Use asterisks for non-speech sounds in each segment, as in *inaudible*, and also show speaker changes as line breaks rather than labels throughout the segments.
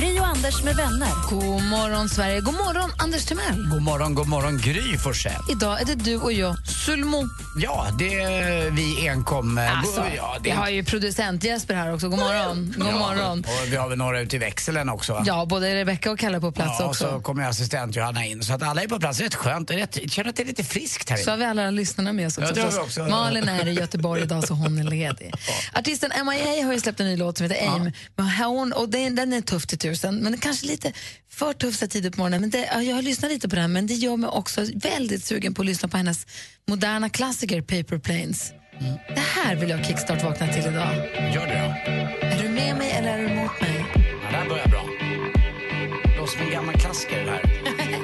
Gri och Anders med vänner.
God morgon, Sverige. God morgon, Anders Timell.
God morgon, god morgon Gry Forssell.
Idag är det du och jag, Sulmo.
Ja, det är vi enkom. eh,
Alltså,
bo- ja, det
Vi har ju producent Jesper här också. God morgon. God
Ja,
morgon.
Och vi har väl några ute i växeln också va?
Ja, både Rebecca och Kalle på plats
Ja, och så
också.
kommer ju assistent Johanna in. Så att alla är på plats. Rätt skönt. och Rätt, jag känner att det är lite friskt här
Så har
inne.
vi alla lyssnarna med oss
Ja,
också.
det har vi
förstås.
också.
Malin är i Göteborg idag så hon är
*laughs*
ledig. Artisten MIA har ju släppt en ny låt som heter Aim. Men hon, och den, den är tuff till tusen, men kanske lite för tuff så här tidigt på morgonen. Men det, ja, jag har lyssnat lite på den, men det gör mig också väldigt sugen på att lyssna på hennes moderna klassiker Paper Planes.
Mm.
Det här vill jag kickstart-vakna till idag.
Gör det då.
Är du med mig eller är du emot mig? *laughs*
Ja, det här börjar bra. Det låter som en gammal klassiker det här.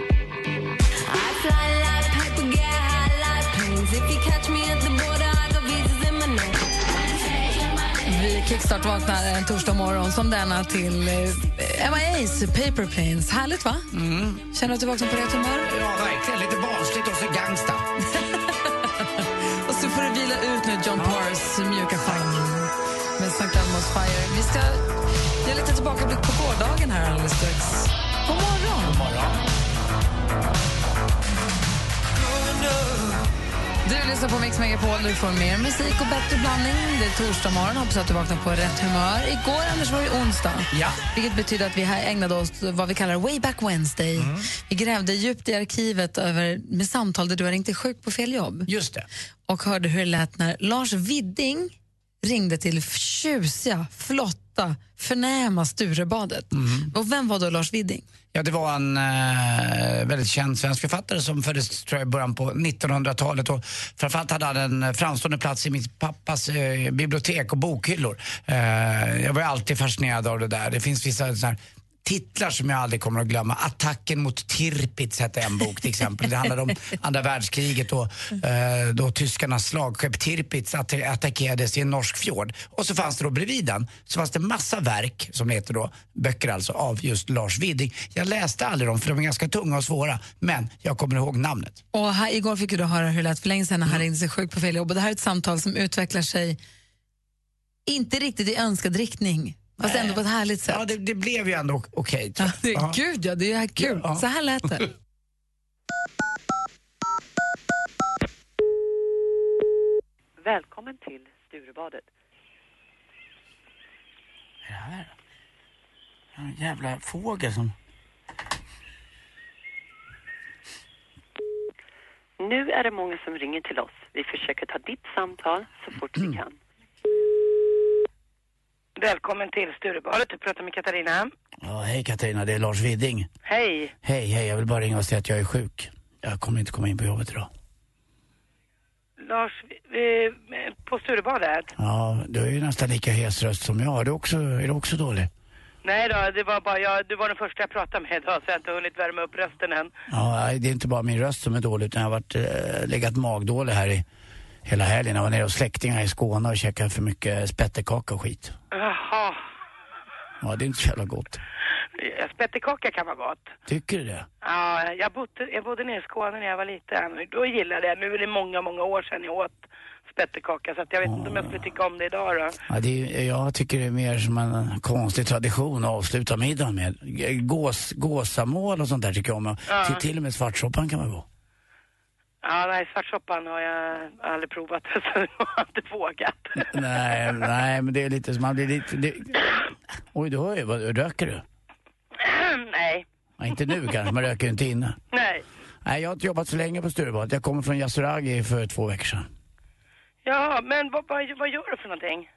Vi kickstart-vaknar en torsdag morgon som denna till eh, MIA's Paper Planes. Härligt, va?
Mm.
Känner du att du vaknar på rätt humör?
*laughs* Ja, verkligen. Lite barnsligt och så
*laughs*
gangsta.
Och så får du vila ut nu John Morris mjuka fang med St. Elmo's Fire. Vi ska göra lite tillbakablick på gårdagen här alldeles strax. God morgon! Du lyssnar på Mix Megapol, du får mer musik och bättre blandning. Det är torsdag morgon, hoppas att du vaknar på rätt humör. Igår, Anders, var det onsdag.
Ja.
Vilket betyder att vi här ägnade oss vad vi kallar way back Wednesday.
Mm.
Vi grävde djupt i arkivet över, med samtal där du har ringt dig sjuk på fel jobb
Just det.
och hörde hur det lät när Lars Widding ringde till tjusiga, flotta, förnäma Sturebadet.
Mm.
Och vem var då Lars Widding?
Ja, det var en eh, väldigt känd svensk författare som föddes tror jag, i början på 1900-talet. Och framförallt hade han en eh, framstående plats i min pappas eh, bibliotek och bokhyllor. Eh, jag var ju alltid fascinerad av det där. Det finns vissa såna här titlar som jag aldrig kommer att glömma. Attacken mot Tirpitz hette en bok till exempel. Det handlade om andra världskriget och eh, då tyskarnas slagskepp Tirpitz att- attackerades i en norsk fjord. Och så fanns det då bredvid den så fanns det massa verk, som det heter då, böcker alltså, av just Lars Widing. Jag läste aldrig dem för de är ganska tunga och svåra, men jag kommer ihåg namnet.
Och här, igår fick du då höra hur det lät för länge sedan när han
Mm.
ringde sig sjuk på fel jobb. Och det här är ett samtal som utvecklar sig inte riktigt i önskad riktning, fast ändå på ett härligt sätt.
Ja, det, det blev ju ändå okej. tror
Ja, det,
jag. Ja.
Gud ja, det är kul.
Ja.
Så här lät det.
Välkommen till Sturebadet.
det här då? En jävla fågel som...
Nu är det många som ringer till oss. Vi försöker ta ditt samtal så fort vi kan.
Välkommen till Sturebadet. Du pratar med Katarina.
Ja, hej Katarina, det är Lars Widing.
Hej.
Hej, hej, jag vill bara ringa och säga att jag är sjuk. Jag kommer inte komma in på jobbet idag.
Lars, eh, på Sturebadet?
Ja, du är ju nästan lika hes röst som jag. Är du också, är du också dålig?
Nej då, det var bara jag, du var den första jag pratade med idag så jag har inte hunnit värma upp rösten än.
Ja, nej, det är inte bara min röst som är dålig utan jag har varit, eh, legat magdålig här i hela helgen. Jag var nere hos släktingar i Skåne och käkade för mycket spettekaka och skit.
Jaha.
Ja, det är inte så jävla gott.
Eh, Spettekaka kan vara gott.
Tycker du det?
Ja, jag, bodde, jag bodde nere i Skåne när jag var liten. Då gillade jag, nu är det många, många år sedan jag åt spettekaka så att jag vet inte om jag skulle tycka om det idag då.
Ja, det är, jag tycker det är mer som en konstig tradition att avsluta middagen med. G- Gås, gåsamål och sånt där tycker jag om.
Ja.
Till, till och med svartsoppan kan vara god.
Ja, nej, svartsoppan har jag aldrig provat *laughs* så jag har inte vågat. *laughs*
Nej, nej, men det är lite som man blir lite... Det... Oj, du hör ju. Vad, röker du?
nej,
Ja, inte nu kanske, man röker ju inte inne.
nej.
Nej, jag har inte jobbat så länge på Sturebadet. Jag kommer från Yasuragi för två veckor sedan.
Ja, men vad, vad, vad gör du för någonting?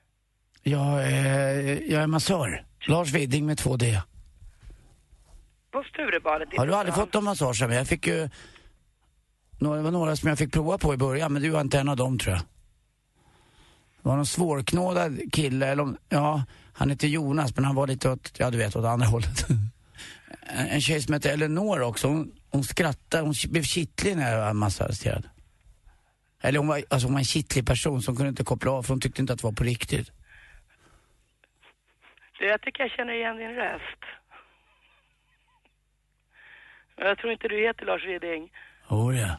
Jag, är- jag är massör. Lars Widing med 2D.
På Sturebadet? i
Har du aldrig
Stockholm?
fått någon massage av mig? Jag fick ju... Några, det var några som jag fick prova på i början, men du var inte en av dem tror jag. Det var någon svårknådad kille, eller om, ja, han hette Jonas, men han var lite åt, ja du vet, åt andra *laughs* hållet. en, en tjej som heter Eleanor också. Hon, hon skrattade, hon k- blev kittlig när jag var massagerad. Eller hon var, alltså hon var en kittlig person som kunde inte koppla av för hon tyckte inte att det var på riktigt.
Du, jag tycker jag känner igen din röst. Men Jag tror inte du heter Lars Widing.
Oh, ja.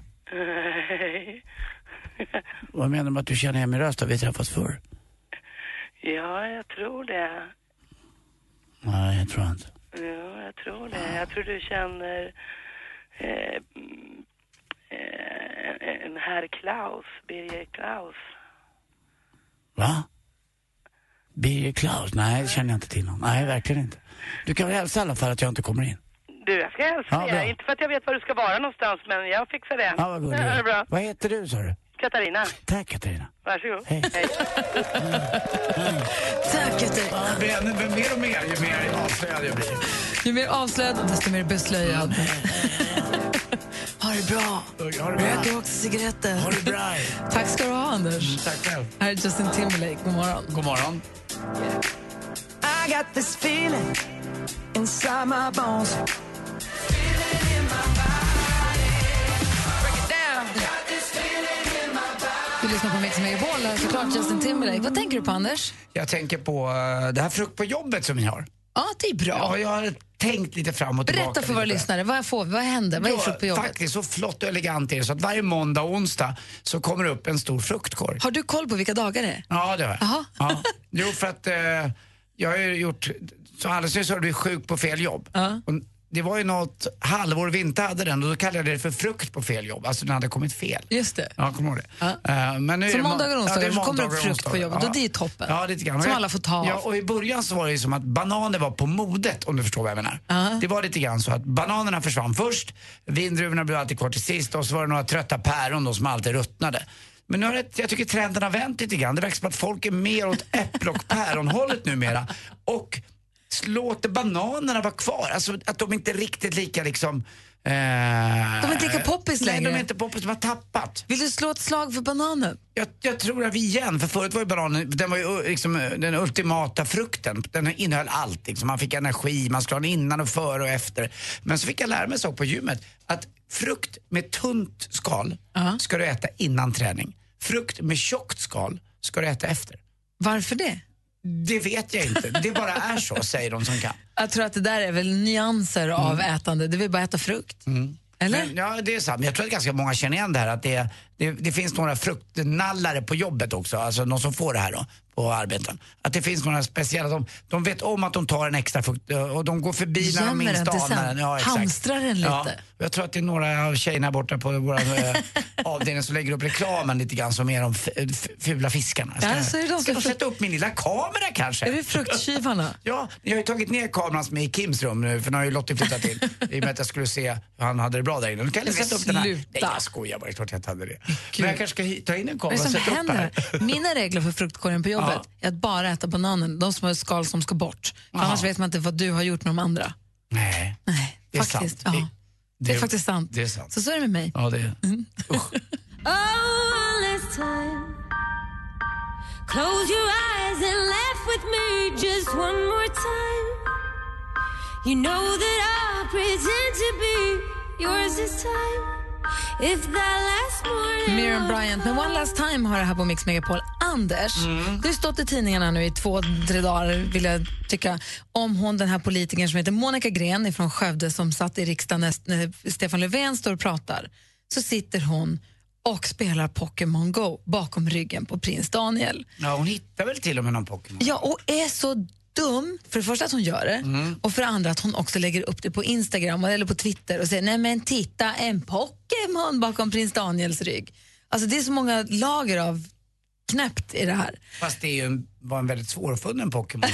Vad menar du med att du känner igen min röst? Har vi träffats förr?
*laughs* ja, jag tror det.
Nej, jag tror inte.
Ja, jag tror det. Jag tror du känner eh, mm, eh, en- en herr Klaus, Birger Klaus.
Va? Birger Klaus? Nej, det känner jag inte till någon. Nej, verkligen inte. Du kan väl hälsa i alla fall att jag inte kommer in?
Du, jag ska hälsa
Ja,
dig.
bra.
Inte för att jag vet var du ska vara någonstans, men jag fixar det.
Ja, vad gullig du
det är bra.
Vad heter du, sa du?
Katarina,
Tack, Katarina.
varsågod.
Hej.
Tack, Katarina.
Mer och mer, ju mer avslöjad jag blir.
Ju mer avslöjad, desto mer
*laughs*
beslöjad. ha det bra.
Ha det bra.
Röker också cigaretter.
Ha det
*laughs*
bra. Mm,
Tack ska du ha, Anders.
Tack själv.
Här är Justin Timberlake. God morgon.
God morgon.
I got this feeling inside my bones.
Du lyssnar på Mix Megapol. Här är såklart Justin Timberlake. Vad tänker du på, Anders?
Jag tänker på eh, det här frukt på jobbet som ni har.
Ja, det är bra.
Ja, jag har tänkt lite fram och tillbaka.
Berätta för våra
lite.
lyssnare. Vad, får, vi? vad händer? Vad är frukt på
Ja,
jobbet?
Faktiskt så flott och elegant är det så att varje måndag och onsdag så kommer det upp en stor fruktkorg.
Har du koll på vilka dagar det är?
Ja, det har
Jaha.
jag. Ja. Jo, för att eh, jag har ju gjort... Så alldeles nyss var du sjuk på fel jobb.
Ja.
Och det var ju något halvår vi inte hade den och då kallade jag det för frukt på fel jobb. Alltså den hade kommit fel.
Just det.
Ja, kommer ihåg det.
Ja.
Eh, men nu
Så
är det må-
måndagar och onsdagar
det är
så kommer det upp
måndagar och
frukt på
onsdagar.
jobbet och det är toppen.
Ja, lite grann.
Som alla får ta av.
Ja, och i början så var det ju som att bananer var på modet om du förstår vad jag menar. Det var lite grann så att bananerna försvann först, vindruvorna blev alltid kvar till sist och så var det några trötta päron då som alltid ruttnade. Men nu har det, jag tycker trenden har vänt lite grann. Det verkar som att folk är mer åt *laughs* äpple och päronhållet numera. Och låter bananerna vara kvar. Alltså att de inte är riktigt lika liksom... Eh, de är
inte lika poppis
Nej, de
längre.
är inte poppis. De har tappat.
Vill du slå ett slag för bananen?
Jag, jag tror att vi igen, för förut var ju bananen den, var ju, uh, liksom, uh, den ultimata frukten. Den innehöll allt. Liksom. Man fick energi, man skulle ha den innan och före och efter. Men så fick jag lära mig en sak på gymmet. Att frukt med tunt skal ska du äta innan träning. Frukt med tjockt skal ska du äta efter.
Varför det?
Det vet jag inte. Det bara är så, säger de som kan.
Jag tror att det där är väl nyanser av ätande. Du vill bara äta frukt. Eller?
Mm. Men, ja, det är sant. Men jag tror att ganska många känner igen det här att det, det, det finns några fruktnallare på jobbet också, alltså de som får det här då på arbeten. Att det finns några speciella, de, de vet om att de tar en extra frukt eh, och de går förbi när de
Gömmer
minst
den till sen.
anar den. Ja, exakt.
Hamstrar den lite.
Ja, och jag tror att det är några av tjejerna borta på vår eh,
*laughs*
avdelning som lägger upp reklamen lite grann som är de f- f- fula fiskarna. Ska,
Ja, så är det de som
ska jag
fl-
sätta upp min lilla kamera kanske?
Är det fruktkyvarna?
*laughs* Ja, jag har ju tagit ner kameran som är i Kims rum nu, för nu har ju Lottie
*laughs*
flyttat till. I och med att jag skulle se hur han hade det bra där inne. Nu kan jag
Men
sätta upp den här. Nej,
sluta.
jag skojar bara. Det är klart jag inte hade det. Men jag kanske ska hi- ta in en kamera
Vad är
och
det som
sätta upp
händer?
här.
Mina regler för fruktkorgen på jobbet är att bara äta bananen, de som har skal som ska bort. För annars vet man inte vad du har gjort med de andra.
Nej,
Nej,
det är
faktiskt.
sant.
Ja.
Det-
Det, är faktiskt sant. Mm.
Det är sant.
Så så är det med mig.
Ja, det är...
Close your eyes and laugh with me just one more time. You know that I'll pretend to be yours this time. If that last morning.
Miriam Bryant med One Last Time har det här på Mix Megapol. Anders, det har stått i tidningarna nu i två, tre dagar vill jag tycka, om hon den här politikern som heter Monica Gren från Skövde som satt i riksdagen när, när Stefan Löfven står och pratar. Så sitter hon och spelar Pokémon Go bakom ryggen på prins Daniel.
Ja, hon hittar väl till och med någon Pokémon?
Ja, och är så dum, för det första att hon gör det
Mm.
och för det andra att hon också lägger upp det på Instagram eller på Twitter och säger nej men titta en Pokémon bakom prins Daniels rygg. Alltså det är så många lager av knäppt i det här.
Fast det är ju en, var en väldigt
*laughs*
svårfunnen Pokémon.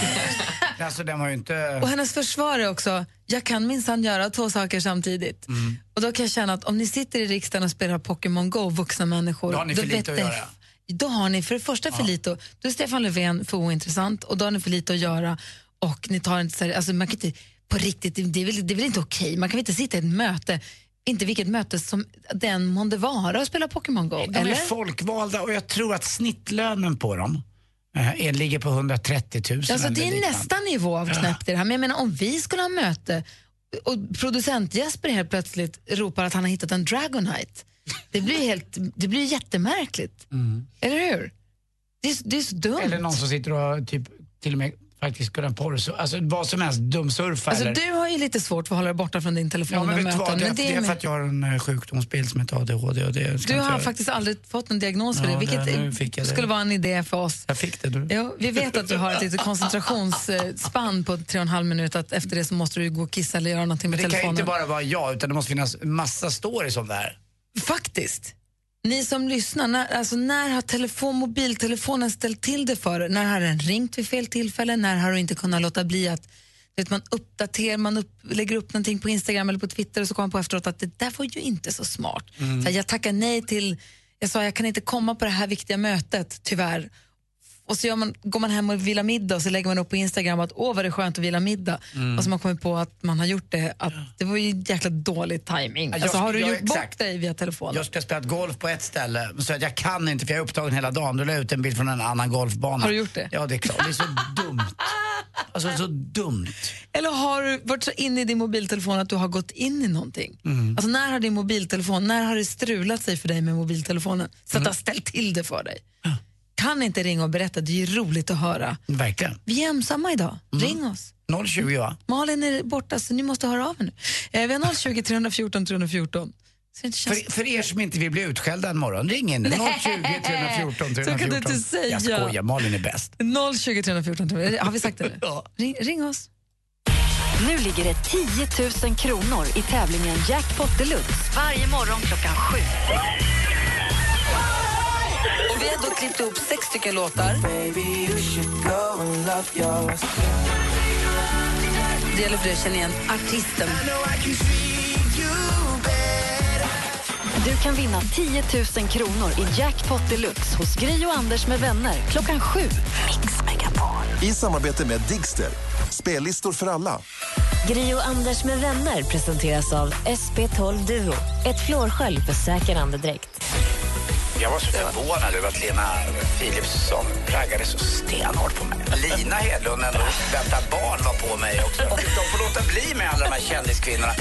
alltså den var ju inte...
Och hennes försvar är också, jag kan minsann göra två saker samtidigt.
Mm.
Och då kan jag känna att om ni sitter i riksdagen och spelar Pokémon Go, vuxna människor,
Då har ni för lite att
ni-
göra.
Då har ni för det första för lite, att- då är Stefan Löfven för ointressant och då har ni för lite att göra och ni tar inte seriöst, alltså man kan inte, på riktigt, det är väl, det är väl inte okej, man kan väl inte sitta i ett möte, inte vilket möte som den månde vara och spela Pokémon Go,
De
eller?
är folkvalda och jag tror att snittlönen på dem eh, är, ligger på 130 000.
Alltså,
eller
det är
liknande.
nästa nivå av knäppt i det här. Men jag menar, om vi skulle ha möte och producent Jesper helt plötsligt ropar att han har hittat en Dragonite. Det blir ju helt, det blir ju jättemärkligt. Eller hur? Det är, det är så dumt.
Eller någon som sitter och typ till och med faktiskt kunna porr, alltså vad som helst, dumsurfa
Alltså,
eller...
du har ju lite svårt för att hålla dig borta från din telefon
Ja, men
och
vet du vad,
möten.
det, är-
men det
det
är
är för
med-
att jag har en eh, sjukdomsbild som heter ADHD och det ska
Du
inte
har
jag-
faktiskt aldrig fått någon diagnos för
Ja,
det, vilket
det- nu fick jag det.
skulle vara en idé för oss.
Jag fick det du.
Jo, vi vet att du har ett litet koncentrationsspann på tre och en halv minut, att efter det så måste du ju gå och kissa eller göra någonting
Men
med
det kan ju
telefonen.
inte bara vara jag, utan det måste finnas massa stories om det här.
Faktiskt. Ni som lyssnar, när, alltså när har telefon, mobiltelefonen ställt till det för er? När har den ringt vid fel tillfälle? När har du inte kunnat låta bli att du vet, man uppdaterar, man upp, lägger upp någonting på Instagram eller på Twitter och så kommer man på efteråt att det där var ju inte så smart.
Mm.
Så här, jag tackar nej till, jag sa jag kan inte komma på det här viktiga mötet, tyvärr. Och så gör man, går man hem och vilar middag och så lägger man upp på Instagram att åh vad det är skönt att vila middag.
Mm.
Och så har man kommer på att man har gjort det, att det var ju jäkla dålig timing.
Ja, jag
Alltså, har du
skulle- ja,
gjort bort
exakt.
dig via telefonen?
Jag skulle ha spelat golf på ett ställe, så att jag kan inte för jag är upptagen hela dagen. Då la jag ut en bild från en annan golfbana.
Har du gjort det?
Ja, det är klart. Det är så
*laughs*
dumt. Alltså, det är så dumt.
Eller har du varit så inne i din mobiltelefon att du har gått in i någonting?
Mm.
Alltså när har din mobiltelefon, när har det strulat sig för dig med mobiltelefonen så att
Mm.
det har ställt till det för dig? Kan inte ringa och berätta, det är ju roligt att höra.
Verkligen.
Vi är ensamma idag, ring oss.
020 va?
Malin är borta så ni måste höra av er nu. Eh, vi har 020 314 314. Så det inte känns...
För, för er som inte vill bli utskällda en morgon, ring in nu.
Nej.
020 314 314.
Så kan du inte säga.
Jag skojar, Malin är bäst.
020 314 314, har vi sagt det nu? ring, ring oss.
Nu ligger det 10 000 kronor i tävlingen Jackpot Deluxe varje morgon klockan sju.
Och vi har då klippt ihop sex stycken låtar.
*laughs*
Det gäller för dig att känna igen artisten.
Du kan vinna 10 000 kronor i Jackpot Deluxe hos Gri och Anders med vänner klockan sju. Mix Megapol.
I samarbete med Digster. Spellistor för alla.
Gri och Anders med vänner presenteras av SP12 Duo. Ett flårskölj för säker andedräkt.
Jag var så förvånad över att Lena Philipsson raggade så stenhårt på mig. Lina Hedlund, ändå vänta barn, var på mig också. De får låta bli med alla de här kändiskvinnorna.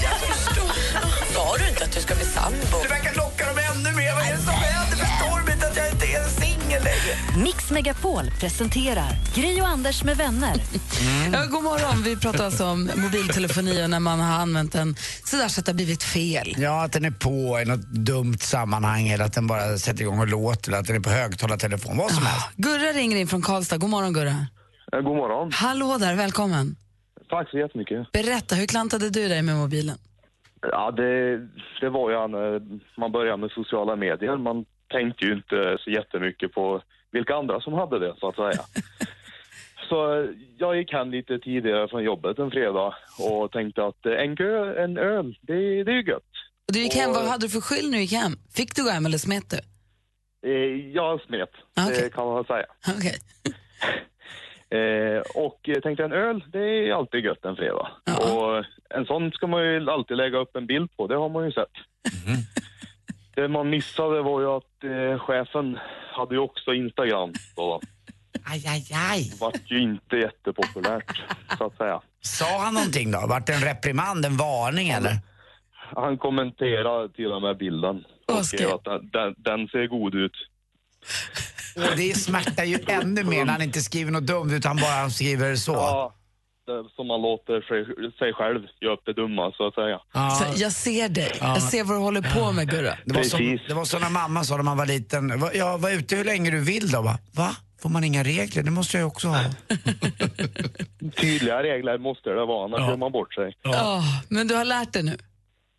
Sa du inte att du ska bli sambo?
Du verkar locka dem ännu mer. Vad är det som händer? Förstår de inte att jag inte är singel längre?
Mix Megapol presenterar Gri och Anders med vänner.
Ja, god morgon. Vi pratar alltså om mobiltelefoni och när man har använt den sådär så att det har blivit fel.
Ja, att den är på i något dumt sammanhang eller att den bara sätter igång och låter eller att den är på högtalartelefon, vad
Ah.
som helst.
Gurra ringer in från Karlstad. God morgon, Gurra.
Eh, God morgon.
Hallå där, välkommen.
Tack så jättemycket.
Berätta, hur klantade du dig med mobilen?
Ja, det, det var ju när man började med sociala medier. Man tänkte ju inte så jättemycket på vilka andra som hade det, så att *laughs* säga. Så eh, jag gick hem lite tidigare från jobbet en fredag och tänkte att eh, en, gö, en öl, det, det är ju gött.
Och du gick hem,
Och-
vad hade du för skyll när du gick hem? Fick du gå hem eller smet du? *laughs*
Eh, Jag smet, det kan man väl säga.
Okej.
Eh, och eh, tänkte en öl, det är alltid gött en fredag. Och en sån ska man ju alltid lägga upp en bild på, det har man ju sett.
Mm.
Det man missade var ju att eh, chefen hade ju också Instagram. Så
Aj, aj, aj.
det vart ju inte jättepopulärt, så att säga.
Sa han någonting då? Vart det en reprimand, en varning eller?
Han kommenterade till och med bilden och skrev att den- den, den ser god ut.
Och det smärtar ju ännu mer när han inte skriver något dumt utan bara skriver så.
Ja, det, som man låter sig, sig själv göra upp det dumma, så att säga.
Så jag ser dig, jag ser vad du håller på med Gurra.
Det var, som, det var så när mamma sa när man var liten, "Va- ja, var ute hur länge du vill då va? Va? Får man inga regler? Det måste jag ju också ha.
Tydliga regler måste det vara, annars gör man bort sig.
Ja, men du har lärt dig nu.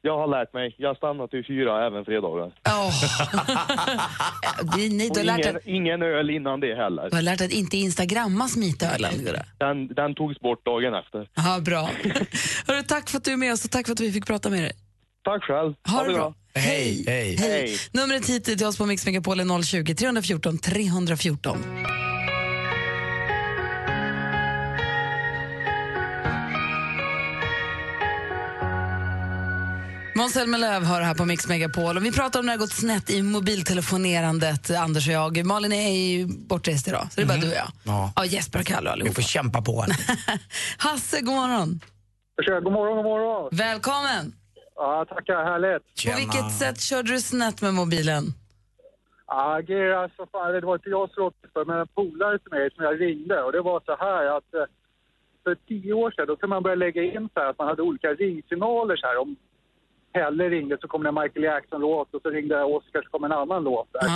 Jag har lärt mig. Jag stannar till fyra även fredagar.
Oh. Nej,
Och
du, har lärt
ingen,
dig,
ingen öl innan det heller.
du har lärt dig att inte instagramma smitölen Gurra.
Den, den togs bort dagen efter.
Ja, bra. *laughs* Hörru, tack för att du är med oss och tack för att vi fick prata med dig.
Tack själv.
Ha, det bra.
Hej, hej.
Hej. Numret hit till oss på Mix Megapol är 020 314 314. Måns Zelmerlöw hör här på Mix Megapol och vi pratar om när det har gått snett i mobiltelefonerandet, Anders och jag. Malin är ju bortrest idag, så det är bara du och jag.
Ja.
Ja, Jesper och Kalle och
Vi får
allihopa.
kämpa på.
Hasse, god morgon.
Kör, god morgon, god morgon.
Välkommen!
Ja, tackar, härligt.
På vilket sätt körde du snett med mobilen?
Ja, grejer, alltså, fan, det var inte jag som råkade för, men en polare till mig som jag ringde. Och det var så här att eh, för tio år sedan då kunde man börja lägga in så här att man hade olika ringsignaler så här. Om Pelle ringde så kom det en Michael Jackson-låt och så ringde Oscar så kom en annan låt där.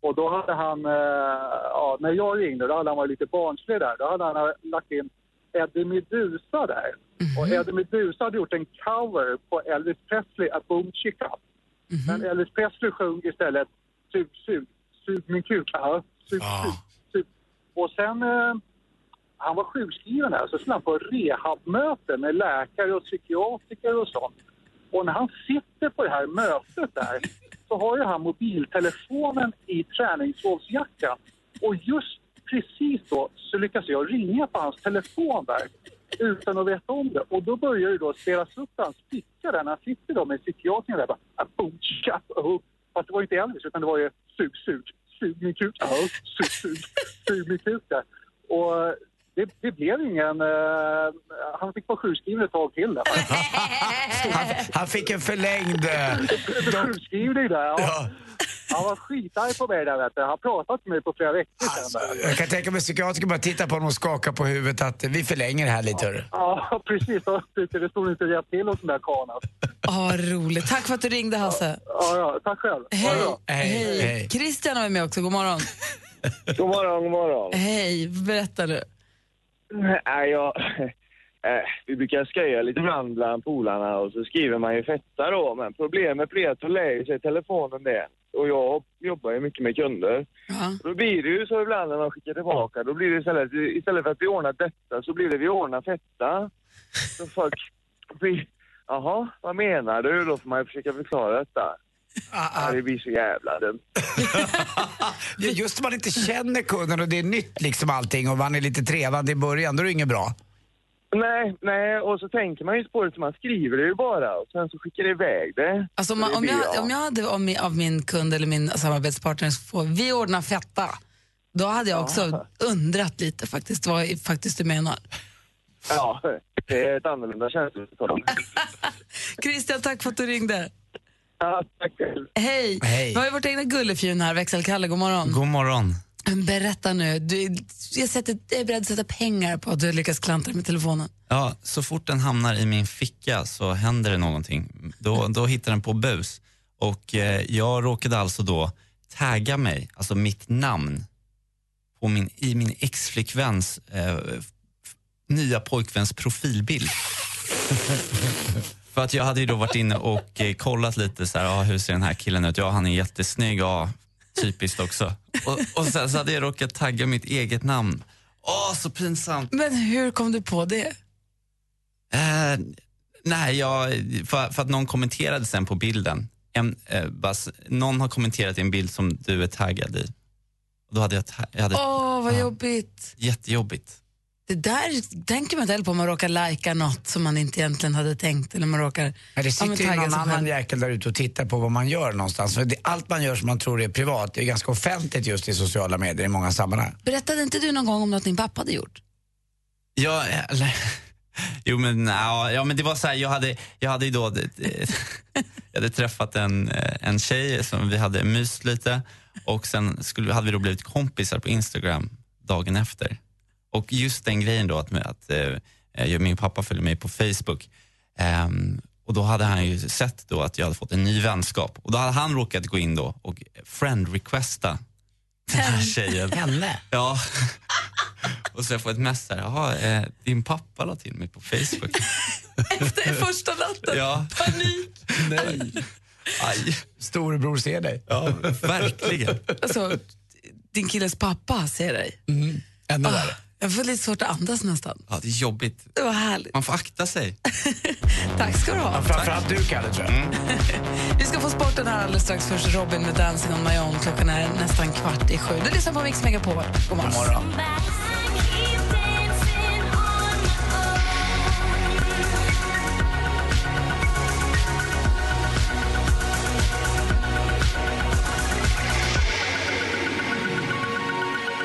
Och då hade han, eh, ja, när jag ringde, då hade han varit lite barnslig där. Då hade han lagt in Eddie Meduza där.
Mm-hmm.
Mhm.
Och Eddie Meduza hade gjort en cover på Elvis Presley, A Boom Chica. Men Elvis Presley sjöng istället Sug, sug, sug min kuk. Ja, sug, sug, sug. Och sen, eh, han var sjukskriven här, så skulle han på rehabmöte med läkare och psykiatriker och sånt. Och när han sitter på det här mötet där så har ju han mobiltelefonen i träningsovsjackan. Och just precis då så lyckas jag ringa på hans telefon där utan att veta om det. Och då börjar det då spelas upp hans ficka där när han sitter då med psykiatern där bara "Ah, boom, tja, oh." Fast det var ju inte Elvis utan det var ju sug, sug, sug min kuk, oh, sug, sug, sug min kuk där. Och det, det blev ingen... eh, han fick vara sjukskriven ett tag till där.
Han, han fick en förlängd... eh,
Sjukskrivning där, ja. Han var skitarg på mig där vet du. Han pratade med mig på flera veckor sedan.
Alltså.
där.
Jag kan tänka mig psykiatriker bara titta på honom och skaka på huvudet att eh, vi förlänger det här lite. hörru.
Ja, precis. Och Det stod inte rätt till hos den där karlarna.
Ja, vad roligt. Tack för att du ringde, Hasse.
Ja, ja, tack själv.
Hej.
Hej, hej.
Christian var med också. God morgon.
God morgon, god morgon.
Hej, berätta du.
Nej, jag... Eh, vi brukar skoja lite ibland bland polarna och så skriver man ju fetta då. Men problemet blir att då lägger sig telefonen det. Och jag jobbar ju mycket med kunder. Och Då blir det ju så ibland när man skickar tillbaka. Då blir det istället, istället för att vi ordnar detta så blir det vi ordnar fetta. Så folk blir... Jaha, vad menar du? Då får man ju försöka förklara detta. Ja, det blir så jävla dumt.
Ja, Just när man inte känner kunden och det är nytt liksom allting och man är lite trevande i början, då är det inget bra.
Nej, nej, och så tänker man ju inte på det, så man skriver det ju bara och sen så skickar det iväg det.
Alltså, om,
Så
man,
det
om,
blir
jag, om jag hade av min, av min kund eller min samarbetspartner få, vi ordnar fetta, då hade jag också undrat lite faktiskt vad i- faktiskt du menar.
Ja, det är ett annorlunda känsla.
Christian, tack för att du ringde.
Ja, tack själv.
Hej.
Hej.
Vi har ju vårt egna gullefjun här, växelkalle. God morgon.
God morgon.
Berätta nu. Du, jag, sätter, jag är beredd att sätta pengar på att du lyckas klanta dig med telefonen.
Ja, så fort den hamnar i min ficka så händer det någonting. Då, då hittar den på bus. Och eh, jag råkade alltså då tagga mig, alltså mitt namn, på min, i min ex-flickväns eh, f- nya pojkväns profilbild. *laughs* För att jag hade ju då varit inne och eh, kollat lite så här, ah, hur ser den här killen ut? Ja, han är jättesnygg, ja, typiskt också. Och, och sen så hade jag råkat tagga mitt eget namn. Åh, så pinsamt.
Men hur kom du på det?
Eh, nej, jag, för, för att någon kommenterade sen på bilden. En, eh, bara, s- någon har kommenterat i en bild som du är taggad i. Och då hade jag, ta- jag hade
Åh, vad jobbigt.
jättejobbigt.
Det där tänker man inte heller på om man råkar lajka något som man inte egentligen hade tänkt. Eller man råkar,
Ja, det
men
sitter ju
tagga
någon
sig
annan
själv.
jäkel där ute och tittar på vad man gör någonstans. För det, allt man gör som man tror är privat, det är ganska offentligt just i sociala medier i många sammanhang.
Berättade inte du någon gång om något din pappa hade gjort?
Ja, eller, *laughs* jo men, ja, ja, men det var så här, jag hade, jag hade ju då eh, *laughs* jag hade träffat en, eh, en tjej som vi hade myst lite och sen skulle, hade vi då blivit kompisar på Instagram dagen efter. Och just den grejen då att, att eh, jag, min pappa följde mig på Facebook ehm, och då hade han ju sett då att jag hade fått en ny vänskap och då hade han råkat gå in då och friend-requesta den här tjejen.
Henne?
Ja. *laughs* Och så jag får ett mess här. Jaha, eh, din pappa la till mig på Facebook.
*laughs* Efter första natten?
Ja.
Panik!
Nej. Aj.
Storebror ser dig.
Ja, verkligen.
Alltså, *laughs* din killes pappa ser dig.
Mm. Ännu
ah, jag får lite svårt att andas nästan.
Ja, det är jobbigt.
Det var härligt.
Man får akta sig.
*laughs* Tack ska du ha. Mm.
Framförallt du, Kalle, tror jag.
Vi ska få sporten här alldeles strax. Först Robin med Dancing on my own. Klockan är nästan kvart i sju. Du lyssnar på Mix Megapol. God morgon.
God morgon.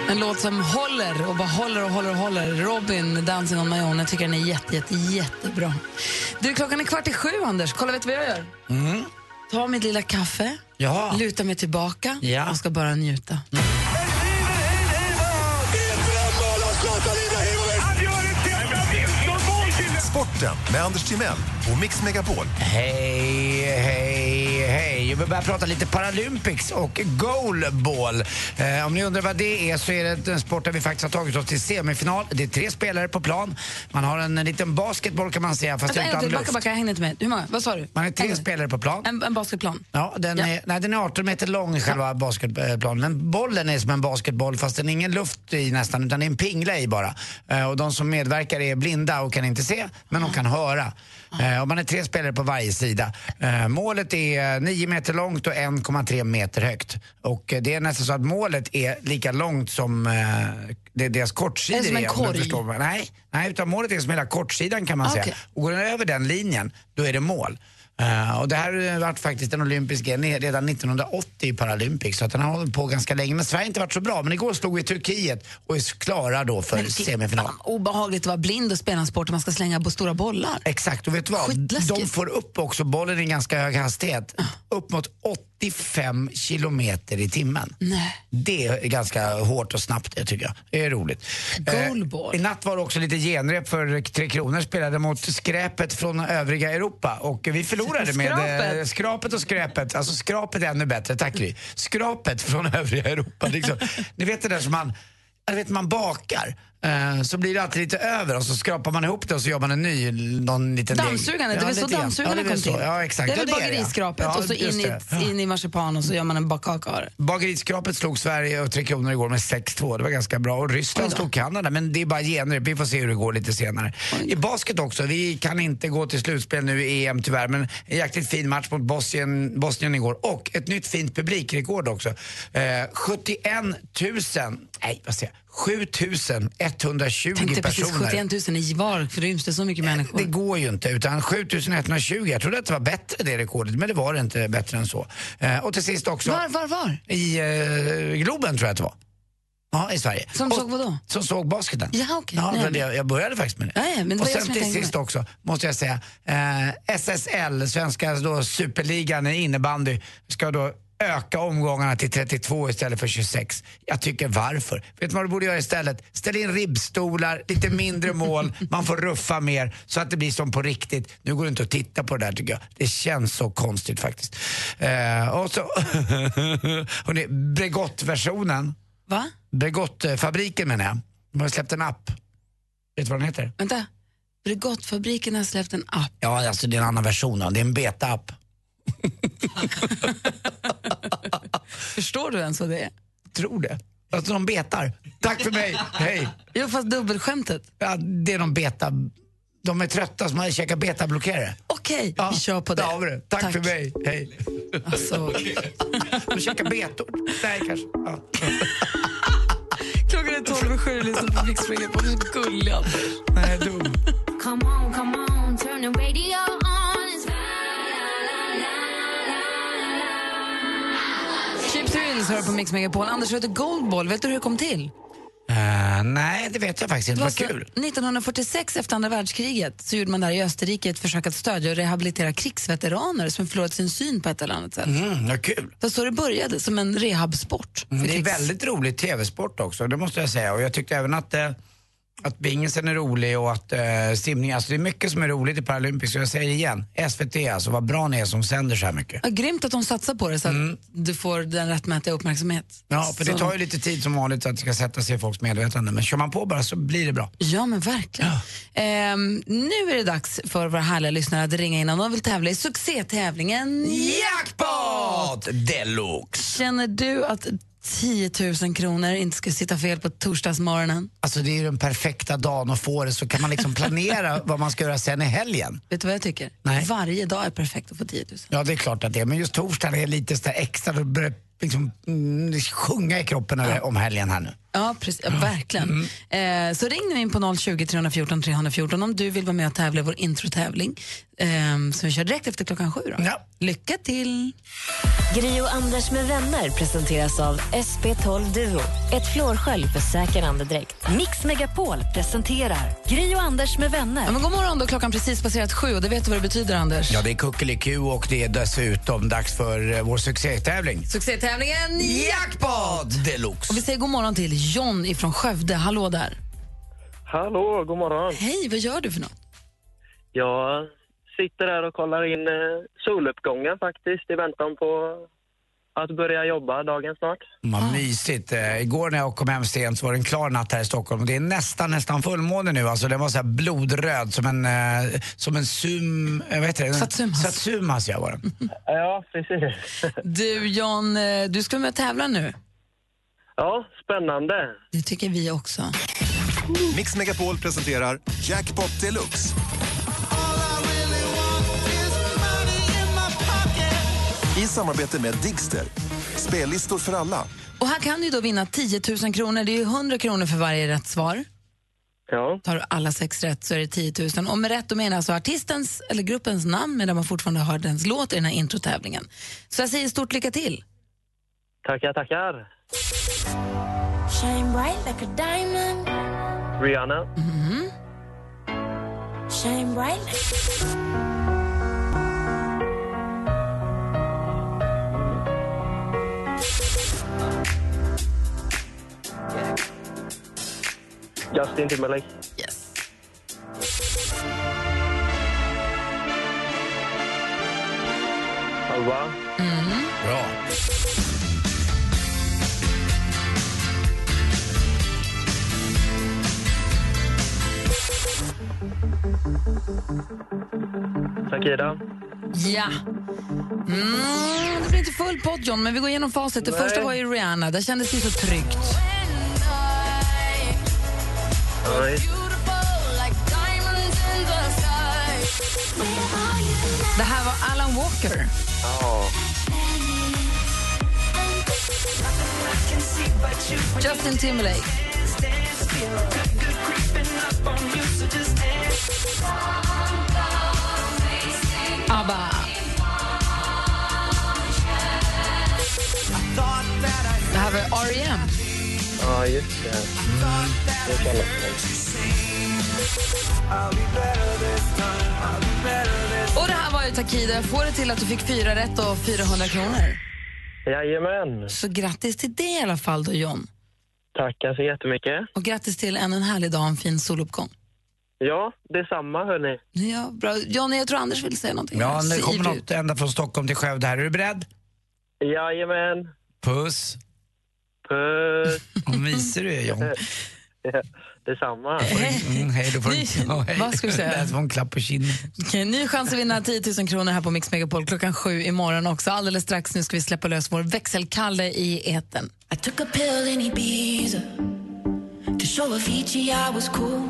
En låt som håller och bara håller och håller och håller. Robin med Dancing on my own. Jag tycker den är jätte, jätte, jättebra. Du, klockan är kvart i sju, Anders. Kolla, vet du vad jag gör?
Mm.
Ta mitt lilla kaffe,
Ja.
luta mig tillbaka
Ja.
och ska bara njuta.
Sporten med Anders Timell och Mix Megapol.
Hej, hej, hej. Vi börjar prata lite Paralympics och goalball. Eh, om ni undrar vad det är så är det en sport där vi faktiskt har tagit oss till semifinal. Det är tre spelare på plan. Man har en, liten basketboll kan man säga fast
Alltså, en,
utan
till,
luft.
backa, backa, jag hängde inte med. Hur många? Vad sa du?
Man är tre spelare på plan.
En, en basketplan.
Ja, den, Är, nej, den är 18 meter lång, själva basketplanen. Men bollen är som en basketboll fast den är ingen luft i nästan, utan det är en pingla i bara. Eh, och de som medverkar är blinda och kan inte se, men de kan höra. Eh, och man är tre spelare på varje sida. Eh, målet är 9 meter långt och 1,3 meter högt. Och eh, det är nästan så att målet är lika långt som eh, det är deras kortsidor
Är det som en
om du
korg?
förstår vad- Nej, nej, utan målet är som hela kortsidan kan man
Ah,
säga.
okej.
Och går den över den linjen, då är det mål. Eh, och det här har varit faktiskt en olympisk gren redan 1980 i Paralympics, så att den har hållit på ganska länge. Men Sverige har inte varit så bra, men igår slog vi Turkiet och är klara då för semifinal.
Obehagligt att vara blind och spela en sport där man ska slänga på stora bollar.
Exakt, och vet du vad? De får upp också bollen i ganska hög hastighet, upp mot 85 kilometer i timmen.
Nej.
Det är ganska hårt och snabbt det tycker jag. Det är roligt.
Goalball.
Eh, I natt var det också lite genrep för Tre Kronor spelade mot skräpet från övriga Europa och vi förlorade med eh,
Skrapet.
skrapet och skräpet. Alltså skrapet är ännu bättre, tack Gry. Skrapet från övriga Europa.
*laughs*
Liksom. Ni vet det där som man, jag vet man bakar. eh, Så blir det alltid lite över och så skrapar man ihop det och så gör man en ny, någon liten deg.
Dammsugaren, det var så
lite grann.
dammsugaren
ja, det är
kom
så.
till.
Ja, exakt.
Det är väl
ja, det.
bageriskrapet
Ja,
och så in
just
i,
det. Ja.
in i marsipan och så gör man en bakkaka av det.
Bageriskrapet slog Sverige och Tre Kronor igår med 6-2. Det var ganska bra. Och Ryssland slog Kanada, men det är bara genrep. Vi får se hur det går lite senare. I basket också. Vi kan inte gå till slutspel nu i EM tyvärr, men en jäkligt fin match mot Bosnien, Bosnien igår. Och ett nytt fint publikrekord också. Eh, 71 000, nej vad säger jag, 7 120
Tänkte precis
personer.
71 000 i Varg, för ryms det så mycket människor?
Det går ju inte, utan 7120. Jag trodde att det var bättre det rekordet, men det var det inte bättre än så. Eh, och till sist också...
Var, var, var?
I eh, Globen tror jag att det var. Ja, i Sverige.
Som såg vadå?
Som såg basketen.
Ja, okej.
Ja,
Nej,
men
men-
jag, jag började faktiskt med det.
Ja, ja, men det
och
var jag
sen
som
till
tänkte
sist
mig.
också, måste jag säga, eh, SSL, svenska då, superligan i innebandy, ska då öka omgångarna till 32 istället för 26. Jag tycker varför? Vet du vad du borde göra istället? Ställ in ribbstolar, lite
*laughs*
mindre mål, man får ruffa mer så att det blir som på riktigt. Nu går det inte att titta på det där tycker jag. Det känns så konstigt faktiskt. Eh, och så, *laughs* hörni, Bregottversionen.
Va?
Bregottfabriken menar jag. De har släppt en app. Vet du vad den heter?
Vänta. Bregottfabriken har släppt en app.
Ja, alltså det är en annan version av det. är en beta-app.
Förstår du ens vad det är?
Tror det. Alltså de betar. Tack för mig, hej.
Jo, fast dubbelskämtet.
Ja, det är de beta... De är trötta som har käkat betablockerare.
Okej, vi kör på det.
Där har vi det. Tack, för mig, hej.
Alltså.
de käkar betor. Nej, kanske. Ja.
Klockan är tolv och sju, lyssna på Mix Megapol. Du är gullig, Anders.
Nej, dum.
Come on, come on, turn the radio on. It's
Chips Hills hör på Mix Megapol. Anders, vet du Goldball? Vet du hur det kom till?
Eh, nej, det vet jag faktiskt inte. Vad
så-
kul.
1946, efter andra världskriget, så gjorde man där i Österrike ett försök att stödja och rehabilitera krigsveteraner som förlorat sin syn på ett eller annat sätt.
Mm, vad kul.
Det var så det började, som en rehabsport. för
Mm, Det är
krigs-
väldigt rolig tv-sport också, det måste jag säga. Och jag tyckte även att, eh, att bingisen är rolig och att eh, simning, alltså det är mycket som är roligt i Paralympics. Och jag säger det igen, SVT alltså, vad bra ni är som sänder så här mycket.
Ja, grymt att de satsar på det så att du får den rättmätiga uppmärksamhet.
Mm. Ja, för det
Så-
tar ju lite tid som vanligt så att det ska sätta sig i folks medvetande. Men kör man på bara så blir det bra.
Ja, men verkligen. Ehm, nu är det dags för våra härliga lyssnare att ringa in om de vill tävla i succétävlingen
Jackpot deluxe!
Känner du att 10 000 kronor inte ska sitta fel på torsdagsmorgonen?
Alltså det är ju den perfekta dagen att få det så kan man liksom *laughs* planera vad man ska göra sen i helgen.
Vet du vad jag tycker?
Nej.
Varje dag är perfekt att få 10 000.
Ja, det är klart att det är. Men just torsdagen är lite så där extra, då börjar det liksom, mm, sjunga i kroppen över- om helgen här nu.
Ja, precis, ja, verkligen. Eh, så ring nu in på 020 314 314 om du vill vara med och tävla i vår introtävling eh, som vi kör direkt efter klockan sju. Då. Lycka till!
Gri och Anders med vänner presenteras av SP12 Duo. Ett flårskölj för säker andedräkt.
Mix Megapol presenterar Gri och Anders med vänner.
Ja, men god morgon, då klockan precis passerat sju och det vet du vad det betyder, Anders.
Ja, det är kuckeliku och det är dessutom dags för eh, vår succétävling.
Succétävlingen Jackpot!
Deluxe.
Och vi säger god morgon till John ifrån Skövde. Hallå där.
Hallå, god morgon.
Hej, vad gör du för något?
Jag sitter här och kollar in eh, soluppgången faktiskt i väntan på att börja jobba dagen snart.
Vad mysigt. Eh, igår när jag kom hem sent så var det en klar natt här i Stockholm. Det är nästan, nästan fullmåne nu. Alltså den var så här blodröd som en, eh, som en sum... eh, Vad heter det? Satsumas. Satsumas, ja var den.
Ja, precis.
Du John, eh, du ska vara med och tävla nu.
Ja, spännande.
Det tycker vi också.
Mix Megapol presenterar Jackpot Deluxe. I samarbete med Digster. Spellistor för alla.
Och här kan du då vinna 10 000 kronor. Det är ju 100 kronor för varje rätt svar.
Ja.
Tar du alla sex rätt så är det 10 000. Och med rätt då menar jag alltså artistens eller gruppens namn medan man fortfarande hör dens låt i den här introtävlingen. Så jag säger stort lycka till.
Tackar, tackar.
Shine bright like a diamond.
Rihanna.
Mm-hmm.
Shine bright.
Justin Timberlake.
Yes.
Alva.
Bra.
Shakira.
Ja. Mm, det blir inte full pott John, men vi går igenom facit. Det
Nej.
första var ju Rihanna. Där kändes det så tryggt.
Oj.
Det här var Alan Walker.
Ja.
Justin Timberlake. ABBA. Det här var R.E.M.
Ja, just det. Det kallas
Och det här var ju Takida. Jag får det till att du fick fyra rätt och 400 kronor.
det. Jajamän.
Så grattis till det i alla fall då, John.
Tackar så jättemycket.
Och grattis till ännu en härlig dag och en fin soluppgång.
Ja, detsamma hörni.
Ja, bra. Johnny, jag tror Anders vill säga någonting.
Ja,
Han
nu
ser
kommer
ivrig ut.
något ända från Stockholm till Skövde här. Är du beredd?
Jajamän.
Puss.
Puss.
*laughs* Vad mysig du är, John.
*laughs* Ja, detsamma.
Mm, hej, då får du... Ja, hej.
Vad ska du säga?
*laughs* Där får en klapp på kinden.
Okej, ny chans att vinna 10 000 kronor här på Mix Megapol klockan sju imorgon också. Alldeles strax nu ska vi släppa lös vår växelkalle i eten.
I took a pill in Ibiza to show Avicii I was cool.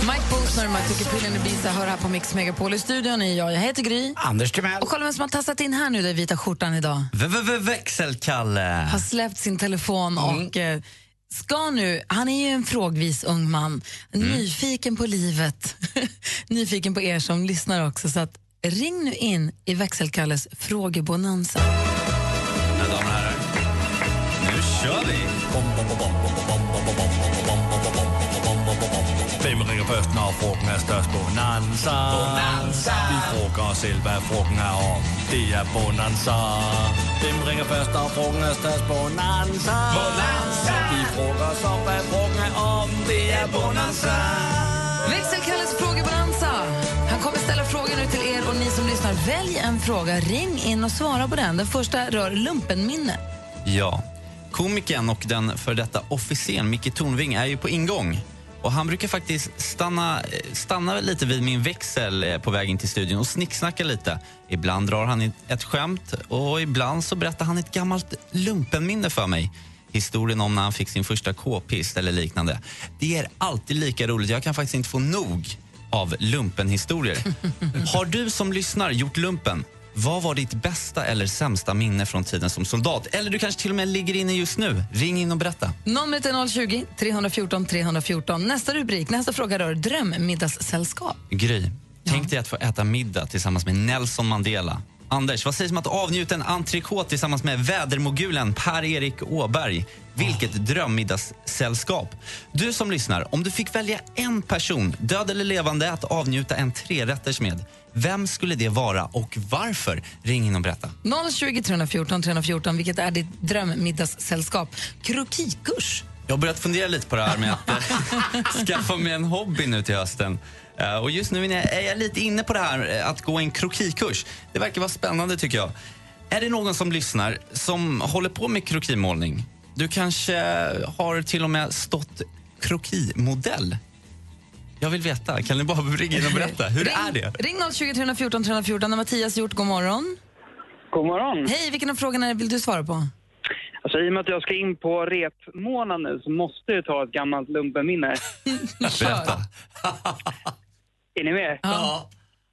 Mike Bosner och Mike Pillen Ibiza hör här på Mix Megapol. I studion är jag, jag heter Gry.
Anders Timell.
Och kolla vem som har tassat in här nu, den vita skjortan idag.
V- v- v- Växelkalle!
Har släppt sin telefon och eh, ska nu, han är ju en frågvis ung man, nyfiken på livet, *laughs* nyfiken på er som lyssnar också. Så att ring nu in i växelkalles frågebonanza.
Mina damer och herrar, nu kör vi!
Hvem ringer først, når frugten er størst? Bonanza. Bonanza. Vi frugger os selv, hvad frugten er om. Det er Bonanza. Hvem ringer først, når frugten er størst? Bonanza. Bonanza. Vi frugger os om, hvad frugten er om. Det er Bonanza.
Växelkalles frågebonanza. Han kommer ställa frågor nu till er och ni som lyssnar. Välj en fråga, ring in och svara på den. Den första rör lumpenminne.
Ja. Komikern och den för detta officeren Micke Tornving är ju på ingång. Och Han brukar faktiskt stanna, eh, stanna väl lite vid min växel eh, på vägen till studion och snicksnacka lite. Ibland drar han ett- ett skämt och ibland så berättar han ett gammalt lumpenminne för mig. Historien om när han fick sin första k-pist eller liknande. Det är alltid lika roligt. Jag kan faktiskt inte få nog av lumpenhistorier. Har du som lyssnar gjort lumpen? Vad var ditt bästa eller sämsta minne från tiden som soldat? Eller du kanske till och med ligger inne just nu? Ring in och berätta.
Numret är 020 314 314. Nästa rubrik, nästa fråga rör drömmiddagssällskap.
Gry, tänk dig att få äta middag tillsammans med Nelson Mandela. Anders, vad sägs om att avnjuta en entrecote tillsammans med vädermogulen Per-Erik Åberg? Vilket drömmiddagssällskap! Du som lyssnar, om du fick välja en person, död eller levande, att avnjuta en trerätters med, vem skulle det vara och varför? Ring in och berätta.
020 314 314, vilket är ditt drömmiddagssällskap? Krokikurs.
Jag har börjat fundera lite på det här med att
*laughs*
eh, skaffa mig en hobby nu till hösten. Eh, Och just nu är jag- är jag lite inne på det här eh, att gå en krokikurs. Det verkar vara spännande tycker jag. Är det någon som lyssnar som håller på med krokimålning? Du kanske har till och med stått krokimodell? Jag vill veta. Kan ni bara ringa in och berätta? Hur är det?
Ring 020 314 314 när Mattias gjort god morgon.
God morgon.
Hej, vilken av frågorna är det vill du svara på?
Alltså, I och med att jag ska in på repmånaden nu så måste jag ta ett
*laughs*
gammalt lumpenminne.
Berätta.
är ni med?
Ja.